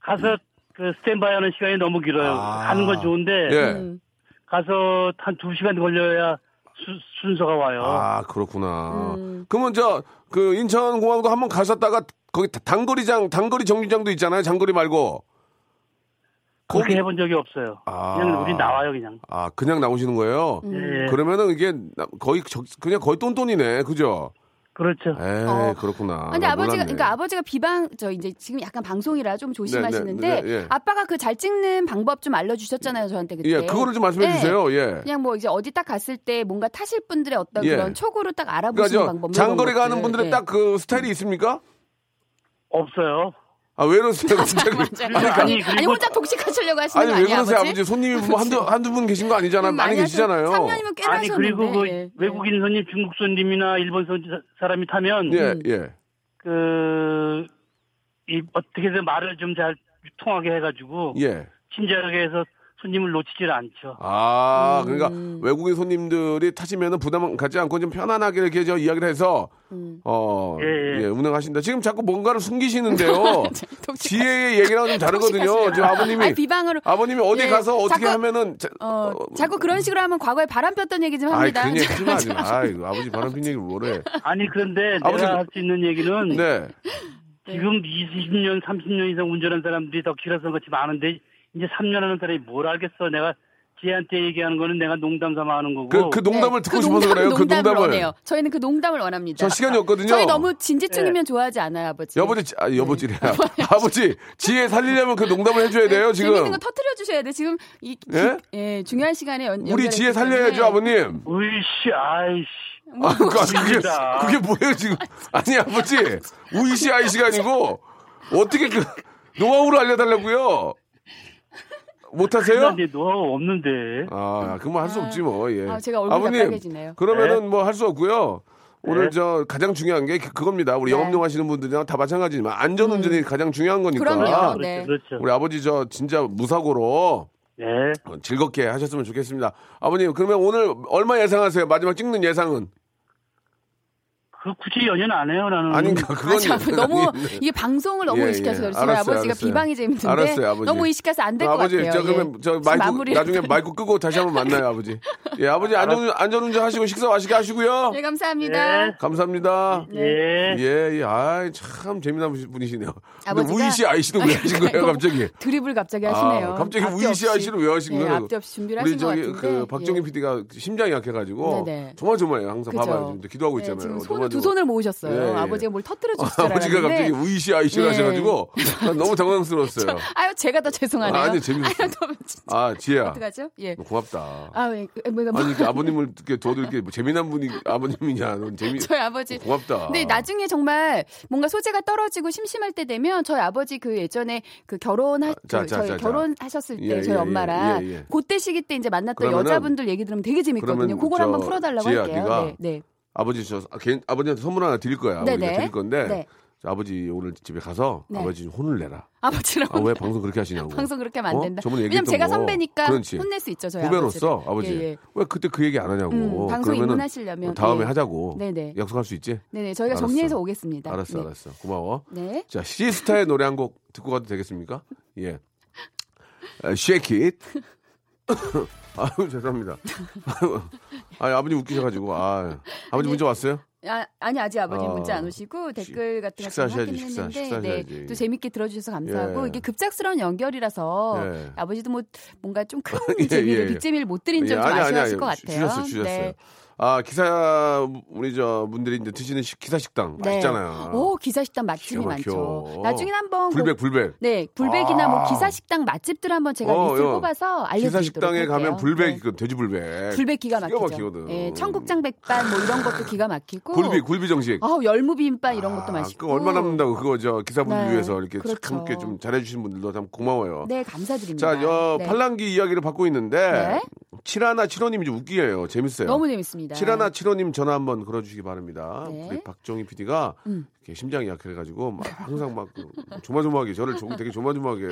가서 그 스탠바이하는 시간이 너무 길어요. 아. 가는 건 좋은데 예. 음. 가서 한 두 시간 걸려야 수- 순서가 와요. 아, 그렇구나. 음. 그러면 저, 그, 인천공항도 한번 가셨다가, 거기 다- 단거리장, 단거리 정류장도 있잖아요. 장거리 말고. 그렇게 거기- 해본 적이 없어요. 아. 그냥 우리 나와요 그냥. 아, 그냥 나오시는 거예요? 음. 네. 예, 예. 네. 그러면은 이게 나- 거의, 적- 그냥 거의 똔똔이네. 그죠? 그렇죠. 에이, 어. 그렇구나. 근데 나 아버지가 몰랐네. 그러니까 아버지가 비방 저 이제 지금 약간 방송이라 좀 조심하시는데 네, 네, 네, 예. 아빠가 그 잘 찍는 방법 좀 알려주셨잖아요 저한테 그때. 예, 그거를 좀 말씀해 네. 주세요. 예. 그냥 뭐 이제 어디 딱 갔을 때 뭔가 타실 분들의 어떤 예. 그런 촉으로 딱 그러니까 알아보시는 저 방법. 뭐 장거리 이런 가는 것들. 분들의 예. 딱 그 스타일이 있습니까? 없어요. 아, 왜 그러세요? 갑자기? 네, 맞아요. 아니, 아니, 아니, 그리고- 혼자 독식하시려고 하시는 아니, 거 왜 아니야 그러세요? 아버지? 음, 아버지 손님이 뭐 한두, 한두 분 계신 거 아니잖아요. 많이 계시잖아요. 3년이면 꽤나 아니 그리고 그 하셨는데. 예. 외국인 손님, 중국 손님이나 일본 손 사람이 타면 예, 음. 예. 그, 이, 어떻게든 말을 좀 잘 통하게 해가지고, 예. 친절하게 해서 손님을 놓치질 않죠. 아, 음. 그러니까 외국인 손님들이 타시면은 부담 갖지 않고 좀 편안하게 이렇게 저 이야기를 해서 음. 어, 예, 예. 예, 운행하신다. 지금 자꾸 뭔가를 숨기시는데요. 독식하시- 지혜의 얘기랑 좀 다르거든요. 독식하시려고. 지금 아버님이 아니, 비방으로 아버님이 어디 예, 가서 어떻게 자꾸- 하면은 자, 어, 자꾸 그런 식으로 하면 과거에 바람 폈던 얘기 좀 아이 합니다. 그런 얘기 하지 마. 하지 마. 아이, 아버지 바람 핀 얘기 뭐래? 아니, 그런데 아버지- 내가 할 수 있는 얘기는, 네. 지금 20년, 30년 이상 운전한 사람들이 더 길어서 그렇지 많은데, 이제 3년 하는 사람이 뭘 알겠어. 내가 지혜한테 얘기하는 거는 내가 농담 삼아 하는 거고. 그, 그 농담을 네, 듣고 그 싶어서 농담, 그래요. 그 농담을 농담을. 원해요. 저희는 그 농담을 원합니다. 저 시간이 없거든요. 예. 저희 너무 진지충이면 좋아하지 않아요, 아버지. 여보지, 지- 아, 네. 여보지래. 아버지, 지혜 살리려면 그 농담을 해줘야 돼요, 재밌는 지금. 거 터트려 주셔야 돼. 지금 이 기- 예? 예, 중요한 네. 시간에 연, 우리 연결했기 지혜 때문에. 살려야죠, 아버님. 으이씨, 아이씨. 뭐, 아, 그, 아, 그게, 진짜. 그게 뭐예요, 지금? 아니, 아버지, 우이씨, 아이씨가 아니고, 어떻게 그, 노하우를 알려달라고요? 못하세요? 근데 노하우 없는데. 아, 그럼 할 수 없지, 뭐, 예. 아, 제가 얼굴이 아버님, 빨개지네요. 그러면은 뭐 할 수 없고요. 오늘 네. 저 가장 중요한 게 그- 그겁니다. 우리 네. 음. 영업용 하시는 분들이랑 다 마찬가지지만 안전운전이 가장 중요한 거니까. 그럼요. 그렇죠, 네. 그렇죠. 우리 아버지 저 진짜 무사고로 네. 어, 즐겁게 하셨으면 좋겠습니다. 아버님, 그러면 오늘 얼마 예상하세요? 마지막 찍는 예상은? 그 굳이 연연 안 해요, 나는. 아닌가, 아, 그건. 참, 너무 아니, 이게 방송을 너무 예, 의식해서 예. 그렇지. 알았어요, 아버지가 알았어요. 비방이 재밌는데 알았어요, 아버지. 너무 의식해서 안 될 것 아버지, 같아요. 저 예. 그러면 저 지금 마이크 마무리를 나중에 해야 마이크 끄고 다시 한번 만나요, 아버지. 예, 아버지 안전 안전 운전하시고 식사 맛있게 하시고요. 네, 감사합니다. 예. 감사합니다. 예. 예, 예, 아이 참 재미난 분이시네요. 근데 아버지가- 우이 씨, 아이 씨도 왜 하신 거예요, 갑자기? 드립을 갑자기 아, 하시네요. 갑자기 앞뒤 우이 씨, 없이. 아이 씨를 왜 하신 예, 거예요? 앞뒤 없이 준비를 우리 하신 것 저기 같은데. 그 박정희 예. PD가 심장이 약해가지고 네네. 조마조마해요. 항상 그죠. 봐봐요. 지금 기도하고 네, 있잖아요. 지금 손, 두 조마조마. 손을 모으셨어요. 예, 예. 아버지가 뭘 터뜨려 주실 줄 알았는데. 아버지가 갑자기 우이 씨, 아이 씨를 예. 하셔가지고 난 너무 당황스러웠어요. 아유 제가 더 죄송하네요. 아니, 재밌었어요. 아유, 너무 진짜. 아, 지혜야, 어떡하죠? 예. 너 고맙다. 아, 예. 그, 뭐, 뭐, 아니 그 아버님을 이렇게 둬도 이렇게 뭐 재미난 분이 아버님이냐 넌 재미 저희 아버지. 고맙다. 근데 나중에 정말 뭔가 소재가 떨어지고 심심할 때 되면 저희 아버지 그 예전에 그 결혼하 아, 자, 그 자, 저희 자, 자. 결혼하셨을 때 예, 저희 예, 엄마랑 예, 예, 예. 그때 시기 때 이제 만났던 그러면은- 여자분들 얘기 들으면 되게 재밌거든요. 그러면 그걸 저 한번 풀어달라고 지혜야, 할게요. 네가 네, 네. 아버지 저 아, 개인- 아버지한테 선물 하나 드릴 거야. 아버지가 네네. 드릴 건데 네. 자, 아버지 오늘 집에 가서 네. 아버지 혼을 내라. 아버지랑 아 왜 방송 그렇게 하시냐고. 방송 그렇게 하면 어? 안 된다. 저번에 왜냐면 얘기했던 제가 거. 선배니까 그렇지. 혼낼 수 있죠, 저희 후배로서 아버지를. 아버지 예, 예. 왜 그때 그 얘기 안 하냐고. 음, 방송 그러면은 입문하시려면, 뭐 다음에 예. 하자고. 네네. 약속할 수 있지? 네네, 저희가 알았어. 정리해서 오겠습니다. 알았어, 네. 알았어. 고마워. 네. 자 시스타의 노래 한 곡 듣고 가도 되겠습니까? 예. 쉐이킷. 아유 죄송합니다. 아 아버님 웃기셔가지고 아 아버지 문자 왔어요? 아, 아니 아직 아버님 아, 문자 안 오시고 댓글 같은 거 식사하셔야지, 확인했는데 식사, 식사하셔야지. 네, 또 재밌게 들어주셔서 감사하고 예. 이게 급작스러운 연결이라서 예. 아버지도 뭐 뭔가 좀 큰 예, 재미를 예, 예. 빅재미를 못 드린 예, 점좀 아니, 아니, 아쉬워하실 아니. 것 주- 같아요. 네. 주셨어요, 주셨어요. 아 기사 우리 저 분들이 이제 드시는 식- 기사 식당 맛있잖아요. 네. 오 기사 식당 맛집이 기가 막혀. 많죠. 나중에 한번 불백 그- 불백. 네 불백이나 아. 뭐 기사 식당 맛집들 한번 제가 어, 리스트 어. 뽑아서 알려드리도록 기사 식당에 할게요. 가면 불백 네. 있거든 돼지 불백. 불백 기가 기가 막히죠. 막히거든. 예, 청국장백반 뭐 이런 것도 기가 막히고 굴비 굴비 정식. 아 열무비빔밥 이런 것도 아, 맛있고 그거 얼마 남는다고 그거 저 기사분 네, 위해서 이렇게 참 그렇죠. 이렇게 좀 잘해주신 분들도 참 고마워요. 네 감사드립니다. 자, 어, 여 네. 팔랑기 이야기를 받고 있는데 네. 칠하나 칠호님이 좀 웃기게요. 재밌어요. 너무 재밌습니다. 칠하나 칠호님 전화 한번 걸어주시기 바랍니다. 네. 우리 박정희 PD가 음. 이렇게 심장이 약해가지고 막 항상 막 그 조마조마하게 저를 조, 되게 조마조마하게 해요.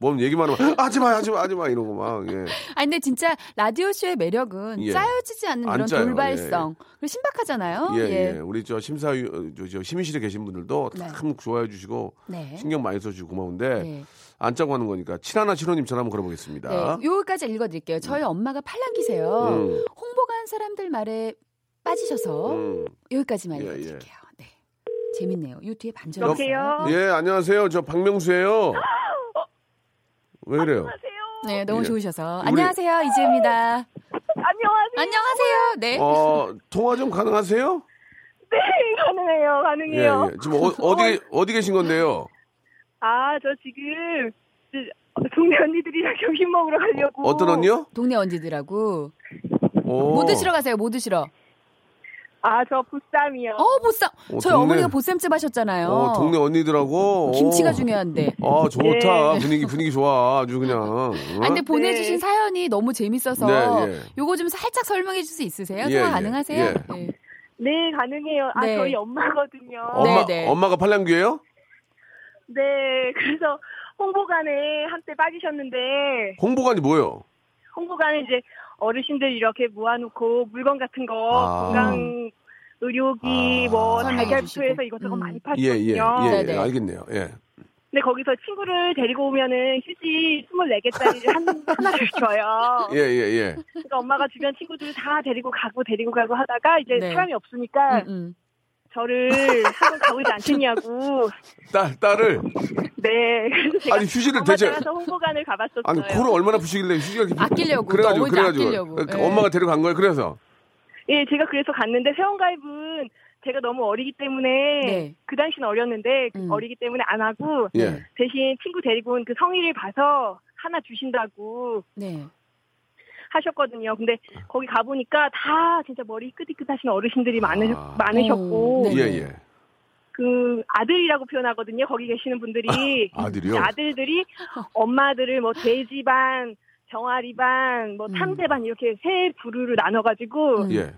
막뭔 얘기만 하면 하지마 하지마 하지마 이러고 막 예. 아 근데 진짜 라디오 쇼의 매력은 예. 짜여지지 않는 안 이런 짜요. 돌발성 그리고 신박하잖아요. 예, 예. 우리 저 심사 유 저, 저 심의실에 계신 분들도 네. 참 좋아해 주시고 네. 신경 많이 써주고 고마운데 네. 안 짜고 하는 거니까 칠하나 칠호님 전화 한번 걸어보겠습니다. 네, 요기까지 읽어드릴게요. 저희 엄마가 팔랑기세요. 음. 홍보관 사람들 말에 빠지셔서 음. 여기까지만 예, 읽어드릴게요. 네. 재밌네요. 요 뒤에 반전. 여보세요? 있어요. 예, 안녕하세요. 저 박명수예요. 왜 이래요? 네, 너무 예. 좋으셔서. 우리- 안녕하세요, 이지입니다. 안녕하세요. 안녕하세요. 네. 어, 통화 좀 가능하세요? 네, 가능해요. 가능해요. 예, 예. 지금 어, 어디 어디 계신 건데요? 아, 저 지금 저 동네 언니들이랑 여기 먹으러 가려고. 어떤 언니요? 동네 언니들하고 오. 뭐 드시러 가세요? 뭐 드시러? 아, 저 부쌈이요. 어, 보쌈. 어, 저희 동네- 어머니가 보쌈집 하셨잖아요. 어, 동네 어. 언니들하고 김치가 오. 중요한데. 아, 좋다. 예. 분위기 분위기 좋아. 아주 그냥. 어? 아, 근데 보내주신 네. 사연이 너무 재밌어서 네, 예. 요거 좀 살짝 설명해 줄 수 있으세요? 예, 통화 예. 가능하세요? 예. 네. 네, 가능해요. 아, 네. 저희 엄마거든요. 네. 엄마 엄마가 팔랑귀예요? 네, 그래서 홍보관에 한때 빠지셨는데 홍보관이 뭐예요? 홍보관에 이제 어르신들 이렇게 모아놓고 물건 같은 거 아. 건강 의료기 아. 뭐 설명해 달걀부에서 주시고. 이것저것 음. 많이 예, 예. 예, 파셨거든요. 예. 네네. 알겠네요. 예. 근데 거기서 친구를 데리고 오면은 휴지 24개짜리를 한, 하나를 줘요. 예, 예, 예. 그러니까 엄마가 주변 친구들 다 데리고 가고 데리고 가고 하다가 이제 네. 사람이 없으니까 음, 음. 저를 한번 가보지 않겠냐고. 딸 딸을 네. 그래서 제가 아니 휴지를 엄마 대체 따라서 홍보관을 가봤었어요. 아니 코를 얼마나 부시길래 휴지가 이렇게 아끼려고, 그래가지고 너무 이제 그래가지고 아끼려고. 그러니까 예. 엄마가 데려간 거예요. 그래서 예, 제가 그래서 갔는데 회원가입은 제가 너무 어리기 때문에 네. 그 당시는 어렸는데 음. 어리기 때문에 안 하고 예. 대신 친구 데리고 온 그 성의를 봐서 하나 주신다고 네. 하셨거든요. 근데 거기 가보니까 다 진짜 머리 끄dit끄dit하신 어르신들이 많으, 아. 많으셨고 오, 네. 예, 예. 그 아들이라고 표현하거든요. 거기 계시는 분들이 네. 아들이요? 들이 엄마들을 뭐 돼지 반, 정아리 반, 뭐 음. 탐대 반 이렇게 세 부류로 나눠가지고 음. 예.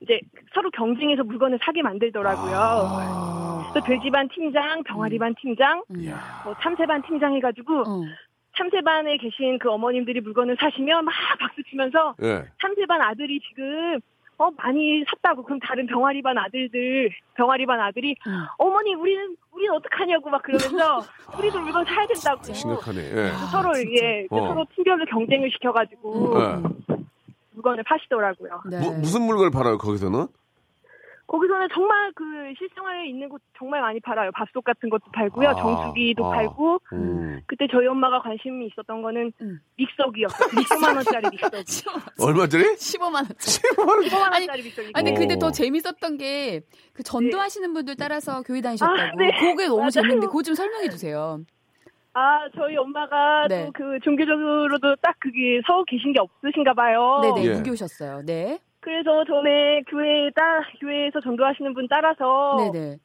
이제 서로 경쟁해서 물건을 사게 만들더라고요. 아. 그래서 돼지 반 팀장, 정아리 반 팀장, 음. 이야. 뭐 참새 반 팀장 해가지고 어. 참새 반에 계신 그 어머님들이 물건을 사시면 막 박수 치면서 예. 참새 반 아들이 지금 어 많이 샀다고 그럼 다른 병아리 반 아들들 병아리 반 아들이 음. 어머니 우리는 우리는 어떡하냐고 막 그러면서 우리도 물건 사야 된다고 심각하네. 예. 아, 서로 진짜. 이게 그 어. 서로 팀별로 경쟁을 시켜가지고 예. 물건을 파시더라고요. 네. 뭐, 무, 무슨 물건을 팔아요 거기서는? 거기서는 정말 그 실생활에 있는 곳 정말 많이 팔아요. 밥솥 같은 것도 팔고요, 아, 정수기도 아. 팔고. 음. 그때 저희 엄마가 관심이 있었던 거는 음. 믹서기였어요. 10만 원짜리 믹서기. 15만 얼마짜리? 15만 원짜리. 10만 아니, 원짜리 믹서기. 아니 근데 오. 더 재밌었던 게 그 전도하시는 분들 따라서 교회 다니셨다고 아, 네. 그게 너무 맞아요. 재밌는데 그거 좀 설명해 주세요. 아, 저희 엄마가 네. 또 그 종교적으로도 딱 그게 서 계신 게 없으신가 봐요. 네네 예. 누교셨어요. 네 그래서 전에 교회에 따, 교회에서 전도하시는 분 따라서 네네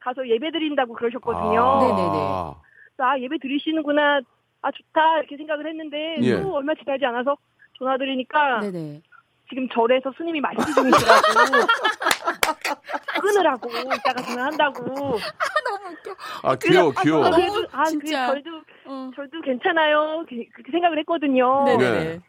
가서 예배 드린다고 그러셨거든요. 아. 네네네. 그래서 아, 예배 드리시는구나. 아, 좋다. 이렇게 생각을 했는데 예. 또 얼마 지나지 않아서 전화 드리니까 네네 지금 절에서 스님이 말씀 중이시라고 끊으라고 이따가 전화한다고 너무 웃겨. 아 귀여워 그래서- 귀여워. 아, 그래도, 아, 진짜. 그 절도, 어. 절도 괜찮아요. 그- 그렇게 생각을 했거든요. 네네네.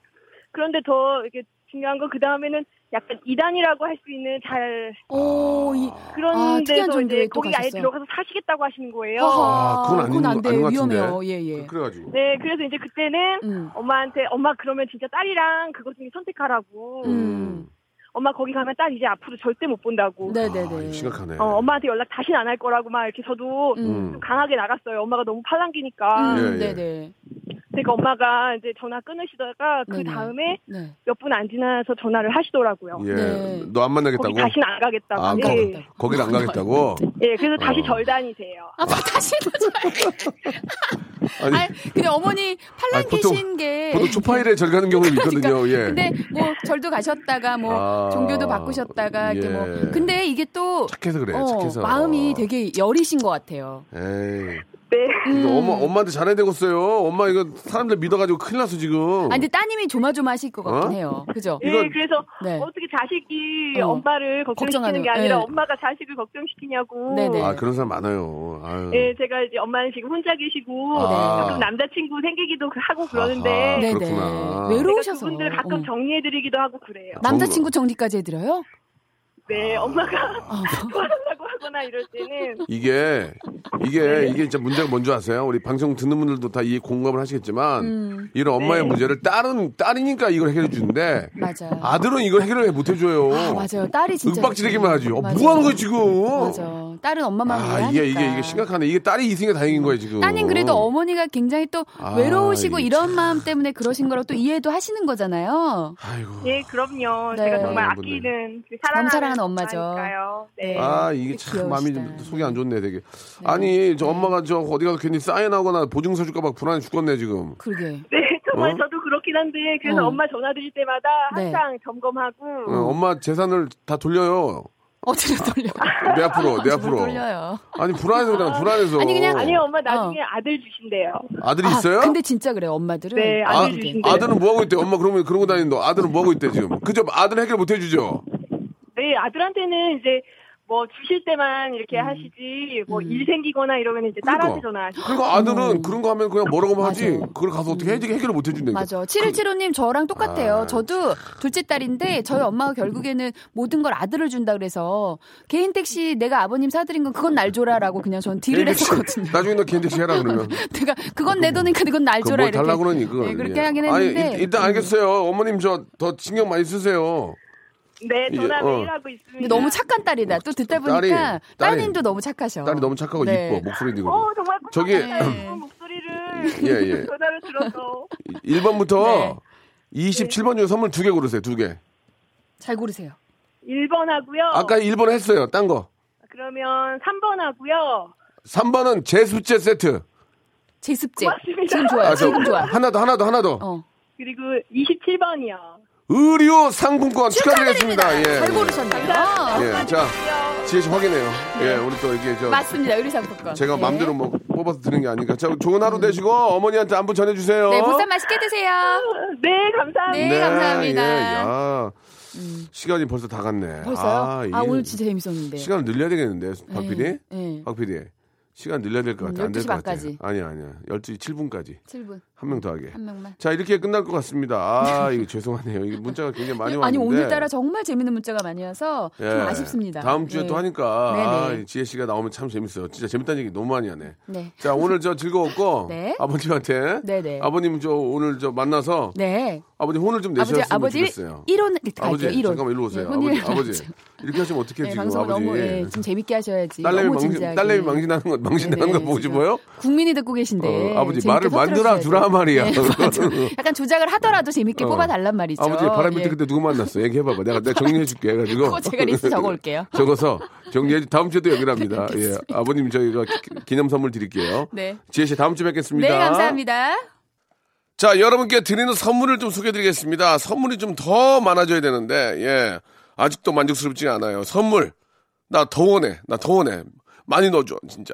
그런데 더 이렇게 중요한 건 그 다음에는 약간 이단이라고 할 수 있는 잘 오 이. 그런 아, 특이한 데서 이제 종교에 또 거기 아예 가셨어요. 들어가서 사시겠다고 하시는 거예요. 허허, 아, 그건 아닌 그건 거- 안 돼요. 아닌 것 같은데. 위험해요. 예예. 그, 그래가지고. 네, 그래서 이제 그때는 음. 엄마한테 엄마 그러면 진짜 딸이랑 그것 중에 선택하라고. 음. 엄마 거기 가면 딸 이제 앞으로 절대 못 본다고. 아, 네네네. 이거 심각하네. 어, 엄마한테 연락 다시는 안 할 거라고 막 이렇게 저도 음. 좀 강하게 나갔어요. 엄마가 너무 팔랑기니까. 음, 예, 예. 네네. 그러니까 엄마가 이제 전화 끊으시다가 그 네네. 다음에 네. 몇 분 안 지나서 전화를 하시더라고요. 예. 네. 너 안 만나겠다고? 거기 다시는 안 가겠다고. 아, 예. 거기- 거길 안 가겠다고? 예, 그래서 다시 어. 절 다니세요. 아 다시 보자. 아니, 아 근데 어머니 아니, 보통- 팔랑계신 게. 보통 초파일에 절 가는 경우는 있거든요. 예. 네. 그러니까 근데 뭐 절도 가셨다가 뭐 아, 종교도 바꾸셨다가 이렇게 뭐 예. 근데 이게 또 착해서 그래요. 어, 착해서. 마음이 되게 여리신 것 같아요. 에이. 네. 이거 엄마, 엄마한테 잘해야 되겠어요. 엄마 이거 사람들 믿어가지고 큰일 났어, 지금. 아, 근데 따님이 조마조마하실 것 같긴 어? 해요. 그죠? 예, 이건- 그래서 네. 어떻게 자식이 어. 엄마를 걱정시키는 걱정하는- 게 아니라 예. 엄마가 자식을 걱정시키냐고. 네네. 아, 그런 사람 많아요. 아유. 예, 제가 이제 엄마는 지금 혼자 계시고 아. 가끔 남자친구 생기기도 그 하고 아하, 그러는데 네네. 그렇구나. 제가 외로우셔서. 그러니까 그분들 가끔 어. 정리해드리기도 하고 그래요. 남자친구 정리까지 해드려요? 네, 엄마가 아, 도와달라고 하거나 이럴 때는 이게, 이게, 이게 진짜 문제가 뭔지 아세요? 우리 방송 듣는 분들도 다 이 공감을 하시겠지만, 음. 이런 엄마의 문제를 딸은, 딸이니까 이걸 해결해 주는데, 맞아요. 아들은 이걸 해결을 못 해줘요. 아, 맞아요. 딸이 진짜. 윽박지르기만 하지. 어, 맞아요. 뭐 하는 거야, 지금? 맞아. 딸은 엄마만 뭐 아, 이해하니까. 이게, 이게, 이게 심각하네. 이게 딸이 있으니까 다행인 거예요, 지금. 따님 그래도 어머니가 굉장히 또 아, 외로우시고 이게 이런 마음 때문에 그러신 거라고 또 이해도 하시는 거잖아요. 아이고. 예, 그럼요. 네. 제가 정말 많은 분들이. 아끼는 그 너무 사랑하는, 사랑하는 엄마죠. 엄마니까요. 네. 아 이게 참 마음이 좀 귀여우시다. 속이 안 좋네 되게 아니 저 엄마가 저 어디 가서 괜히 사인하거나 보증서 줄까 봐 불안해 죽겠네 지금 그러게. 네, 정말 어? 저도 그렇긴 한데 그래서 어. 엄마 전화 드릴 때마다 네. 항상 점검하고 어, 음. 엄마 재산을 다 돌려요 어디로 돌려? 내 앞으로 아, 내 어디로 앞으로 아, 돌려요. 아니 불안해서 그러잖아 불안해서 아니, 그냥- 아니요, 엄마 나중에 아들 주신대요. 아들이 있어요? 아, 근데 진짜 그래요. 엄마들은. 네, 아, 아들 주신대요. 아들은 뭐 하고 있대 엄마 그러면 그러고 다니는데 아들은 뭐 하고 있대 지금 그저 아들 해결 못 해주죠 네, 아들한테는 이제 뭐 주실 때만 이렇게 하시지 뭐 일 생기거나 이러면 이제 딸한테 그러니까. 전화하시고 그러니까 아들은 그런 거 하면 그냥 뭐라고만 하지 음. 맞아. 그걸 가서 어떻게 해결 해결을 못 그러니까. 해준다니까 맞아. 7175님 저랑 똑같아요. 아. 저도 둘째 딸인데 저희 엄마가 결국에는 모든 걸 아들을 준다 그래서 개인 택시 내가 아버님 사드린 건 그건 날 줘라라고 그냥 전 딜을 개인 택시. 했었거든요. 나중에 너 개인택시 해라 그러면 내가 그건 내 돈이니까 그건 날 그뭘 줘라 이렇게. 달라고 그러니 그거 예, 그렇게 하긴 했는데. 음. 아니 일- 일단 알겠어요 어머님 저 더 신경 많이 쓰세요 네, 전화 이게, 어. 매일 하고 근데 있습니다. 너무 착한 딸이다. 또 듣다 보니까 딸이- 딸이- 따님도 너무 착하셔. 딸이 너무 착하고 네. 이뻐 목소리도 이거 어, 정말 저기- 네. 목소리를 예, 예. 전화를 들어서 네. 1번부터 27번 중에 선물 두 개 고르세요 어. 두개 잘 고르세요. 1번 하고요. 아까 1번 했어요 딴거 그러면 3번 하고요. 3번은 제습제 세트 제습제. 고맙습니다. 지금 좋아요. 아, 저 지금 좋아. 하나 더 하나 더 하나 더 어. 그리고 27번이요. 의료 상품권 축하드리겠습니다 잘 예. 고르셨네요. 감사합니다. 예, 자 지혜씨 확인해요 예 우리 또 이게 저 네. 맞습니다. 네. 의리상품권. 예. 제가 마음대로 뭐 뽑아서 드는 게 아니니까 자 좋은 하루 되시고 어머니한테 안부 전해주세요 네, 보쌈 맛있게 드세요. 네, 감사합니다. 네, 감사합니다. 음. 예, 야. 시간이 벌써 다 갔네. 벌써요? 아, 이게 오늘 진짜 재밌었는데. 시간을 아. 늘려야 되겠는데, 박 PD? 예, 예. 박 PD. 시간 늘려야 될 것 같아. 음, 안 될 12시 것 같아. 반까지. 아니야, 아니야. 12시 7분까지. 7분. 한 명 더 하게. 한 명만. 자, 이렇게 끝날 것 같습니다. 아, 이거 죄송하네요. 이게 문자가 굉장히 많이 왔는데. 아니 오늘따라 정말 재밌는 문자가 많이 와서 예. 좀 아쉽습니다. 다음 주에 예. 또 하니까 네네. 아, 지혜 씨가 나오면 참 재밌어요. 진짜 재밌다는 얘기 너무 많이 하네. 네. 자, 오늘 저 즐거웠고 네. 아버님한테 네네. 아버님 저 오늘 저 만나서 네. 아버님 혼을 좀 아버지 내셨으면 아버지 좋겠어요. 1원 이렇게 아버지 갈게요. 네, 1원. 잠깐만 일로 오세요. 아버지, 아버지 이렇게 하시면 어떡해 네, 지금 방송 아버지. 너무 예, 좀 재밌게 하셔야지. 딸내미 너무 망신 진지하게. 딸내미 망신하는 거 망신하는 거 네네, 보고 지금 싶어요? 국민이 듣고 계신데. 어, 아버지, 재밌게 말을 만들어 터뜨려주셔야죠. 주라 말이야. 네, 맞아요. 약간 조작을 하더라도 재밌게 어. 뽑아달란 말이죠. 아버지 바람 예. 밑에 그때 누구 만났어? 얘기해봐봐. 내가 내가 정리해 줄게 해가지고. 그거 제가 리스트 적어올게요. 적어서 정리해 주- 다음 주에 또 연결합니다. 예, 아버님 저희가 기- 기념 선물 드릴게요. 네. 지혜 씨 다음 주에 뵙겠습니다. 네, 감사합니다. 자, 여러분께 드리는 선물을 좀 소개드리겠습니다. 해 선물이 좀 더 많아져야 되는데, 예. 아직도 만족스럽지 않아요. 선물. 나 더 원해. 나 더 원해. 많이 넣어줘, 진짜.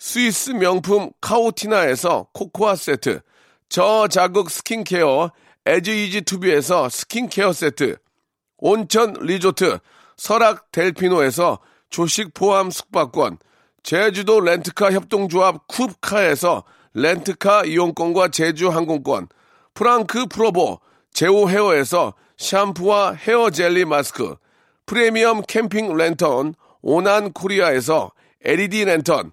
스위스 명품 카오티나에서 코코아 세트, 저자극 스킨케어 에즈이지 투비에서 스킨케어 세트, 온천 리조트 설악 델피노에서 조식 포함 숙박권 제주도 렌트카 협동조합 쿱카에서 렌트카 이용권과 제주 항공권 프랑크 프로보 제오 헤어에서 샴푸와 헤어 젤리 마스크 프리미엄 캠핑 랜턴 오난 코리아에서 LED 랜턴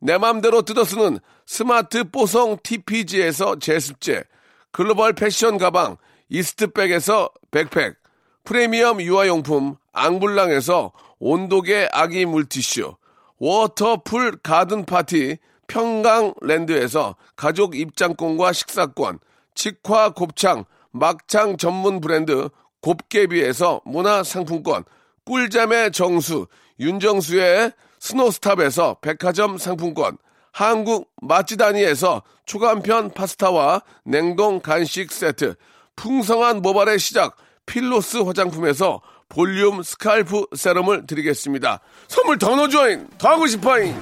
내 맘대로 뜯어쓰는 스마트 뽀송 TPG에서 제습제, 글로벌 패션 가방 이스트백에서 백팩, 프리미엄 유아용품 앙블랑에서 온도계 아기 물티슈, 워터풀 가든 파티 평강랜드에서 가족 입장권과 식사권, 직화 곱창 막창 전문 브랜드 곱개비에서 문화상품권, 꿀잠의 정수 윤정수의 스노스탑에서 백화점 상품권, 한국 맛지다니에서 초간편 파스타와 냉동 간식 세트, 풍성한 모발의 시작 필로스 화장품에서 볼륨 스칼프 세럼을 드리겠습니다. 선물 더 넣어줘잉! 더 하고 싶어잉!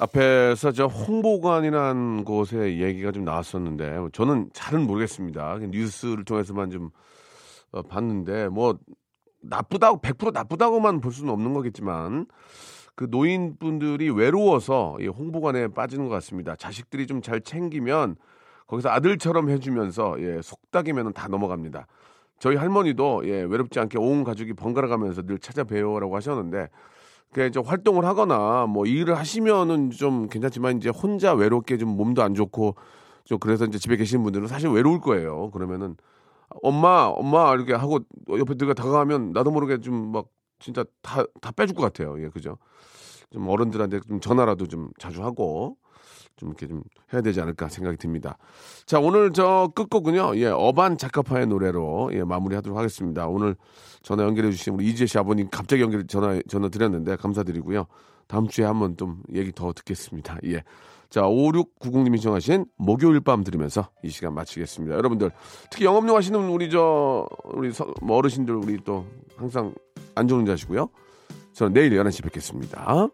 앞에서 저 홍보관이라는 곳의 얘기가 좀 나왔었는데 저는 잘은 모르겠습니다. 뉴스를 통해서만 좀 어, 봤는데 뭐 나쁘다고 100% 나쁘다고만 볼 수는 없는 거겠지만 그 노인분들이 외로워서 이 홍보관에 빠지는 것 같습니다. 자식들이 좀 잘 챙기면 거기서 아들처럼 해주면서 예, 속닥이면 다 넘어갑니다. 저희 할머니도 예, 외롭지 않게 온 가족이 번갈아 가면서 늘 찾아뵈요라고 하셨는데 그저 활동을 하거나 뭐 일을 하시면은 좀 괜찮지만 이제 혼자 외롭게 좀 몸도 안 좋고 좀 그래서 이제 집에 계시는 분들은 사실 외로울 거예요. 그러면은 엄마 엄마 이렇게 하고 옆에 누가 다가가면 나도 모르게 좀 막 진짜 다 다 빼줄 것 같아요. 예, 그죠? 좀 어른들한테 좀 전화라도 좀 자주 하고 좀 이렇게 좀 해야 되지 않을까 생각이 듭니다. 자, 오늘 저 끝곡은요. 예, 어반 작가파의 노래로 예, 마무리하도록 하겠습니다. 오늘 전화 연결해 주신 우리 이재 씨 아버님 갑자기 연결 전화 전화 드렸는데 감사드리고요. 다음 주에 한번 좀 얘기 더 듣겠습니다. 예. 자, 5690님이 정하신 목요일 밤 들으면서 이 시간 마치겠습니다. 여러분들, 특히 영업용 하시는 우리 저, 우리 서- 뭐 어르신들 우리 또 항상 안전운전하시고요. 저는 내일 11시 뵙겠습니다.